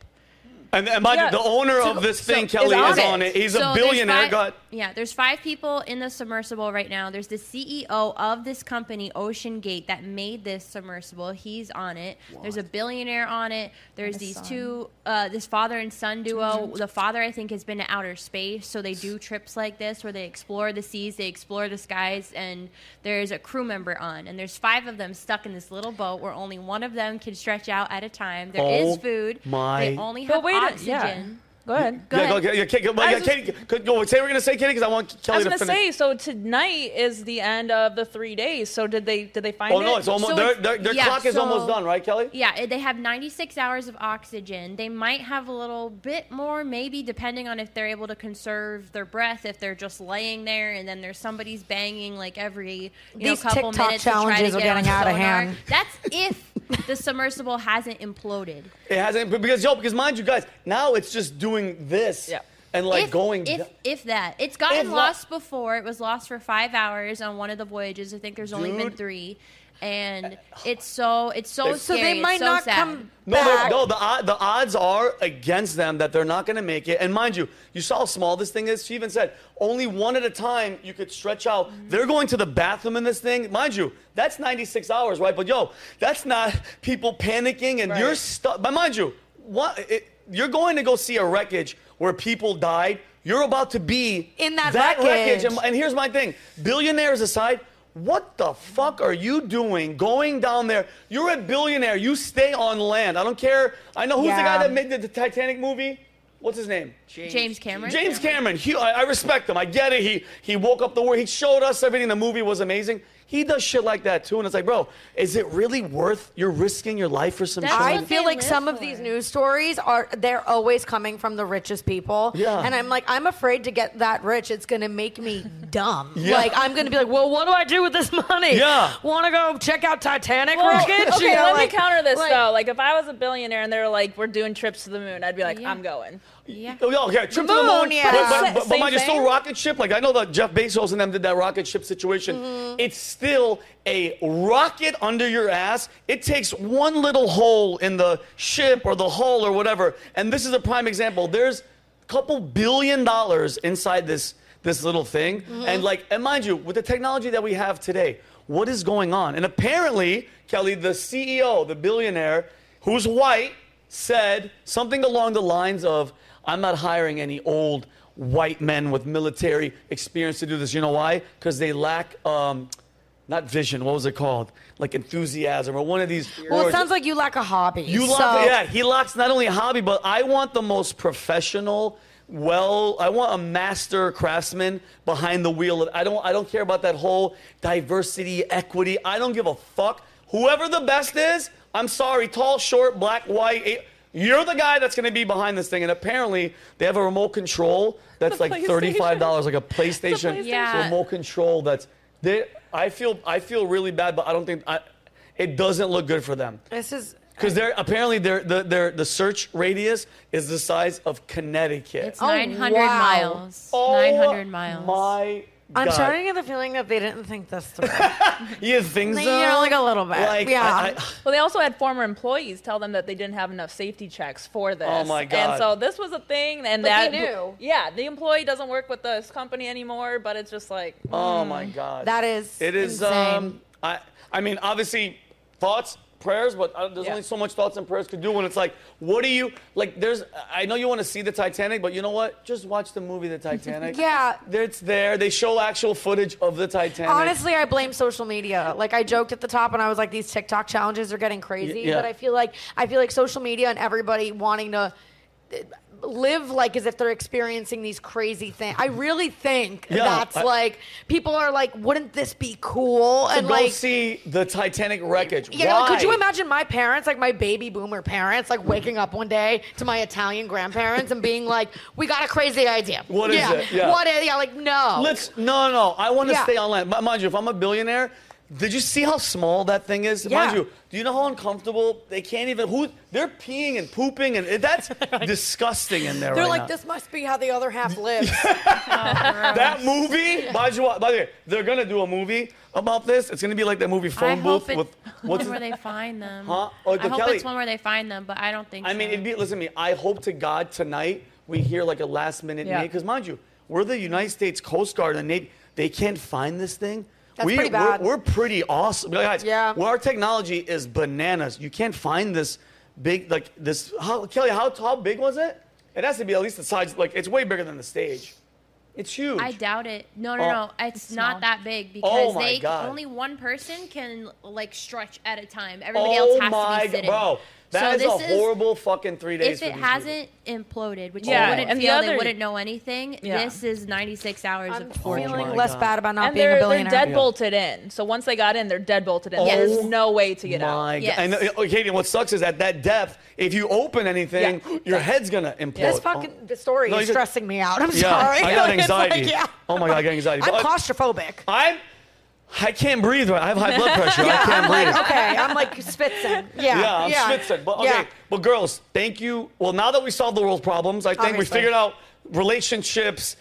S2: and, and mind
S4: Yeah,
S2: you, the owner
S4: so-
S2: of this
S4: so
S2: thing,
S4: is
S2: Kelly,
S4: on
S2: is
S4: it.
S2: on it. He's
S6: So
S2: a
S6: there's
S2: billionaire.
S6: five-
S2: Got
S6: Yeah, there's five people in the submersible right now. There's the CEO of this company, Ocean Gate, that made this submersible. He's on it. There's a billionaire on it. There's these two, uh, this father and son duo. The father, I think, has been to outer space, so they do trips like this where they explore the seas, they explore the skies, and there's a crew member on. And there's five of them stuck in this little boat where only one of them can stretch out at a time. There
S2: Oh
S6: is food.
S2: my-
S6: They only
S4: But
S6: have
S4: wait,
S6: oxygen.
S4: yeah. Go ahead.
S6: Go
S2: yeah,
S6: ahead.
S2: go, yeah, Katie, go,
S4: I
S2: yeah,
S4: was
S2: Katie, go, go, say what we're gonna say, Katie, because I want
S4: I
S2: Kelly
S4: was
S2: to
S4: gonna
S2: finish.
S4: say, so tonight is the end of the three days. So did they did they find
S2: oh
S4: it?
S2: no, it's almost
S6: So
S2: their,
S6: it's-
S2: their, their
S6: yeah,
S2: clock is
S6: so-
S2: almost done, right, Kelly?
S6: Yeah, it- they have 96 hours of oxygen. They might have a little bit more, maybe, depending on if they're able to conserve their breath, if they're just laying there and then there's somebody's banging like every you
S3: These
S6: know, couple
S3: TikTok
S6: minutes. to try to
S3: challenges are
S6: get on
S3: getting outta
S6: sonar.
S3: hand.
S6: That's if the submersible hasn't imploded.
S2: It hasn't but because yo, because mind you guys, now it's just doing this
S4: Yeah.
S2: and like
S6: if,
S2: going.
S6: if,
S2: th-
S6: if that it's gotten
S2: If lo-
S6: lost before it was lost for five hours on one of the voyages i think there's only been
S2: Dude.
S6: three and it's so it's so
S3: so
S6: scary,
S3: they
S6: it's
S3: might
S6: so
S3: not
S6: sad.
S3: come
S2: no,
S3: back.
S2: they're- no, the od- the odds are against them that they're not going to make it. And mind you, you saw how small this thing is. She even said only one at a time you could stretch out.
S3: Mm-hmm.
S2: They're going to the bathroom in this thing, mind you. That's 96 hours, right? But yo, that's not people panicking and you're
S4: Right.
S2: stuck. But mind you, what it, you're going to go see a wreckage where people died. You're about to be
S3: In that
S2: wreckage.
S3: wreckage.
S2: And, and here's my thing billionaires aside, what the fuck are you doing going down there? You're a billionaire. You stay on land. I don't care. I know who's the guy
S3: Yeah.
S2: that made the, the Titanic movie? What's his name?
S6: james cameron
S2: James Cameron. He, I, I respect him. I get it. He he woke up the world. He showed us everything. The movie was amazing. He does shit like that too. And it's like, bro, is it really worth you're risking your life for some
S6: That's
S2: shit?
S6: what
S2: like
S3: I
S2: that?
S6: they
S3: feel like
S6: live
S3: some of
S6: for.
S3: these news stories are they're always coming from the richest people.
S2: Yeah.
S3: And I'm like, I'm afraid to get that rich. It's gonna make me dumb.
S2: Yeah.
S3: Like I'm gonna be like, Well, what do I do with this money?
S2: Yeah.
S3: Wanna go check out Titanic
S4: Well,
S3: wreckage?
S4: okay,
S3: You know,
S4: let
S3: like-
S4: me counter this
S3: like-
S4: though. Like, if I was a billionaire and they were like, "We're doing trips to the moon," I'd be like,
S6: Yeah.
S4: "I'm going."
S6: yeah
S2: Oh, yeah, okay, trip to the
S3: Moon,
S2: moon.
S3: yeah.
S2: But, but,
S4: Same-
S2: but, but
S4: same
S2: mind you, still
S4: thing?
S2: rocket ship. Like I know that Jeff Bezos and them did that rocket ship situation.
S4: Mm-hmm.
S2: It's still a rocket under your ass. It takes one little hole in the ship or the hull or whatever. And this is a prime example. There's a couple billion dollars inside this this little thing.
S4: Mm-hmm.
S2: And like, and mind you, with the technology that we have today, what is going on? And apparently, Kelly, the CEO, the billionaire, who's white said something along the lines of, I'm not hiring any old white men with military experience to do this. You know why? Because they lack, um, not vision, what was it called? Like enthusiasm or one of these.
S3: Well, it
S2: words.
S3: sounds like you lack a hobby.
S2: You
S3: so.
S2: lock, yeah, he locks not only a hobby, but I want the most professional well. I want a master craftsman behind the wheel. Of, I don't. I don't care about that whole diversity, equity. I don't give a fuck. Whoever the best is, I'm sorry. Tall, short, black, white. eh, You're the guy that's going to be behind this thing. And apparently, they have a remote control that's
S4: The
S2: like thirty-five dollars, like a PlayStation,
S4: PlayStation.
S6: Yeah.
S2: remote control. That's. They, I feel. I feel really bad, but I don't think. I, it doesn't look good for them.
S3: This is
S2: Because they're apparently their the their the search radius is the size of Connecticut.
S6: It's
S3: Oh,
S6: 900
S3: wow.
S6: miles.
S2: Oh
S6: 900 miles.
S2: My
S3: I'm
S2: God.
S3: starting to get the feeling that they didn't think this through.
S2: You think so?
S3: Like, you know, like a little bit.
S2: Like,
S3: Yeah.
S2: I- I-
S4: Well, they also had former employees tell them that they didn't have enough safety checks for this.
S2: Oh, my God.
S4: And so this was a thing, and
S3: But
S4: that
S3: they knew.
S4: Yeah, the employee doesn't work with this company anymore, but it's just like
S2: oh my God.
S3: Hmm. that is
S2: It is.
S3: insane.
S2: Um. I. I mean, obviously, thoughts, prayers, but uh, there's
S4: Yeah.
S2: only so much thoughts and prayers could do when it's like, what do you like? There's. I know you want to see the Titanic, but you know what? Just watch the movie The Titanic.
S3: Yeah.
S2: It's there. They show actual footage of the Titanic.
S3: Honestly, I blame social media. Like I joked at the top, and I was like, "These TikTok challenges are getting crazy."
S2: Y- yeah.
S3: But I feel like I feel like social media and everybody wanting to eh, live like as if they're experiencing these crazy things. I really think
S2: Yeah,
S3: that's
S2: I-
S3: like people are like, "Wouldn't this be cool?"
S2: To
S3: And
S2: go
S3: like,
S2: see the Titanic wreckage.
S3: you know, could you
S2: Why?
S3: imagine my parents, like my baby boomer parents, like waking up one day to my Italian grandparents and being like, "We got a crazy idea.
S2: What is
S3: yeah.
S2: it? Yeah.
S3: What is? Yeah, like no.
S2: Let's no, no. I want to
S3: Yeah.
S2: stay on land. But mind you, if I'm a billionaire, did you see how small that thing is? Mind
S3: Yeah.
S2: you, do you know how uncomfortable they can't even? Who they're peeing and pooping and that's disgusting in there.
S3: They're
S2: right
S3: like,
S2: now.
S3: "This must be how the other half lives."
S2: That movie, by the way, by the way, they're gonna do a movie about this. It's gonna be like that movie
S6: I
S2: Phone
S6: hope
S2: Booth
S6: it's
S2: with what's
S6: one where
S2: his-
S6: they find them.
S2: Huh? Oh,
S6: I hope
S2: Kelly.
S6: it's one where they find them, but I don't think
S2: I
S6: so.
S2: mean, it'd be listen to me. I hope to God tonight we hear like a last minute
S4: Yeah.
S2: because mind you, we're the United States Coast Guard, and they they can't find this thing.
S3: That's
S2: we,
S3: pretty bad.
S2: We're, we're pretty awesome, guys.
S3: Yeah.
S2: Well, our technology is bananas. You can't find this big like this. How, Kelly, how how big was it? It has to be at least the size. Like it's way bigger than the stage. It's huge.
S6: I doubt it. No, no,
S2: Oh.
S6: no. It's,
S5: small.
S6: not that big because
S2: Oh my
S6: they
S2: God.
S6: only one person can like stretch at a time.
S2: Oh
S6: Everybody else has
S2: my
S6: to be sitting.
S2: bro, that is
S6: so
S2: a
S6: this
S2: horrible fucking three days.
S6: If
S2: for
S6: it
S2: these people.
S6: hasn't imploded, which
S4: Yeah,
S6: they wouldn't
S4: and the
S6: feel,
S4: other-
S6: they wouldn't know anything.
S4: Yeah.
S6: This is 96 hours
S3: I'm
S6: of torture.
S2: Oh my
S3: feeling less
S2: God.
S3: bad about not
S4: and
S3: being a
S4: they're, they're
S3: billionaire.
S4: deadbolted in. So once they got in, they're deadbolted in.
S6: Yes.
S4: There's no way to get out.
S2: My God.
S6: Yes.
S2: And uh, oh, Katie, what sucks is at that depth, if you open anything,
S4: Yeah.
S2: your head's gonna implode.
S3: This fucking the story
S2: No,
S3: is
S2: you-
S3: stressing me out. I'm
S2: Yeah,
S3: sorry.
S2: I got
S3: Like, it's
S2: anxiety.
S3: like, yeah.
S2: Oh my God, I got anxiety.
S3: I'm
S2: But I-
S3: claustrophobic.
S2: I'm, I can't breathe. Right, I have high blood pressure. I can't
S3: I'm
S2: breathe.
S3: like, okay, I'm like spitzing. Yeah,
S2: Yeah, I'm schwitzing. But okay,
S3: Yeah.
S2: but girls, thank you. Well, now that we solved the world's problems, I think we
S3: Obviously.
S2: figured out relationships.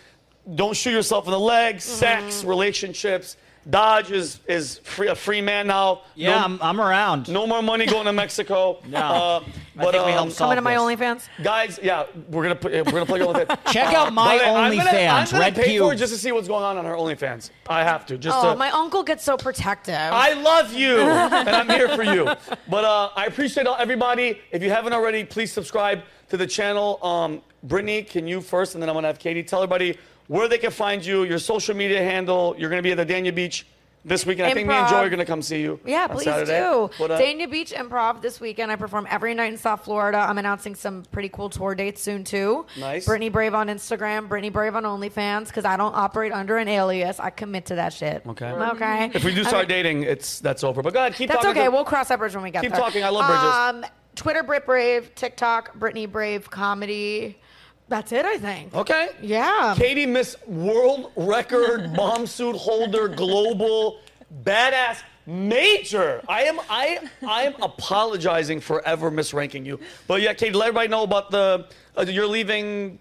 S2: Don't shoot yourself in the leg.
S3: Mm-hmm.
S2: Sex, relationships. Dodge is is free, a free man now.
S7: Yeah,
S2: no,
S7: I'm, I'm around.
S2: no more money going to Mexico.
S7: No.
S2: Uh,
S7: I think we
S2: um,
S7: helped solve
S3: Coming to my
S7: this.
S3: OnlyFans.
S2: Guys, yeah, we're gonna put, we're gonna plug it with it.
S7: Check out
S2: By
S7: my
S2: the way, I'm gonna- I'm
S7: OnlyFans,
S2: gonna
S7: Red
S2: pay for it
S7: Cube.
S2: just to see what's going on on her OnlyFans. I have to just.
S3: Oh,
S2: to,
S3: my uncle gets so protective.
S2: I love you, and I'm here for you. But uh, I appreciate all- everybody. If you haven't already, please subscribe to the channel. Um, Brittany, can you first, and then I'm gonna have Katie tell everybody where they can find you, your social media handle. You're gonna be at the Dania Beach this weekend. I think me and Joy
S3: Improv.
S2: are gonna come see you.
S3: Yeah,
S2: on
S3: please
S2: Saturday.
S3: do.
S2: What, uh,
S3: Dania Beach Improv this weekend. I perform every night in South Florida. I'm announcing some pretty cool tour dates soon too.
S2: Nice.
S3: Brittany Brave on Instagram, Brittany Brave on OnlyFans, because I don't operate under an alias. I commit to that shit.
S2: Okay.
S3: Okay.
S2: if we do start dating, it's that's over. But go ahead, keep
S3: That's
S2: talking.
S3: okay.
S2: to-
S3: we'll cross that bridge when we get
S2: Keep
S3: there.
S2: talking. I love bridges.
S3: Um, Twitter Brit Brave, TikTok Brittany Brave comedy. That's it, I think.
S2: Okay.
S3: Yeah.
S2: Katie Miss World Record bomb suit holder global badass major. I am I I am apologizing for ever misranking you. But yeah, Katie, let everybody know about the uh, you're leaving.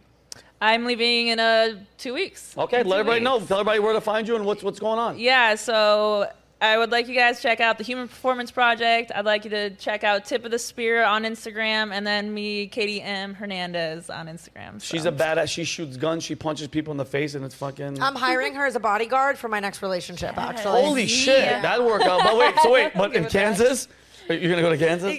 S4: I'm leaving in a two weeks.
S2: Okay,
S4: In two
S2: let everybody
S4: weeks.
S2: know. Tell everybody where to find you and what's what's going on.
S4: Yeah, so I would like you guys to check out the Human Performance Project. I'd like you to check out Tip of the Spear on Instagram, and then me, Katie M. Hernandez, on Instagram.
S2: She's
S4: So-
S2: a badass. She shoots guns. She punches people in the face, and it's fucking.
S3: I'm hiring her as a bodyguard for my next relationship, actually.
S2: Holy shit, that worked out. But wait, so wait, but in Kansas, you're gonna go to Kansas?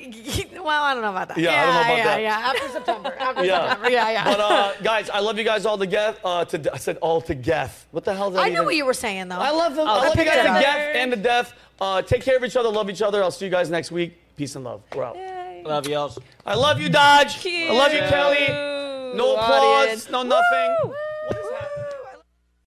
S3: well, I don't know about that.
S2: Yeah, I don't know about
S3: yeah,
S2: that.
S3: Yeah, After September. After
S2: Yeah.
S3: September. Yeah, yeah.
S2: But uh, guys, I love you guys all to death. Uh, to, I said all to death. What the hell? Is that
S3: I know
S2: even-
S3: what you were saying, though.
S2: uh, I love them.
S4: Oh,
S2: I love you
S4: picked
S2: guys
S4: it
S2: to
S4: up.
S2: death and to death. Uh, take care of each other. Love each other. I'll see you guys next week. Peace and love. We're out.
S7: Love y'all.
S2: I love you, Dodge. I love you, Kelly.
S4: Cute.
S2: No applause, no nothing.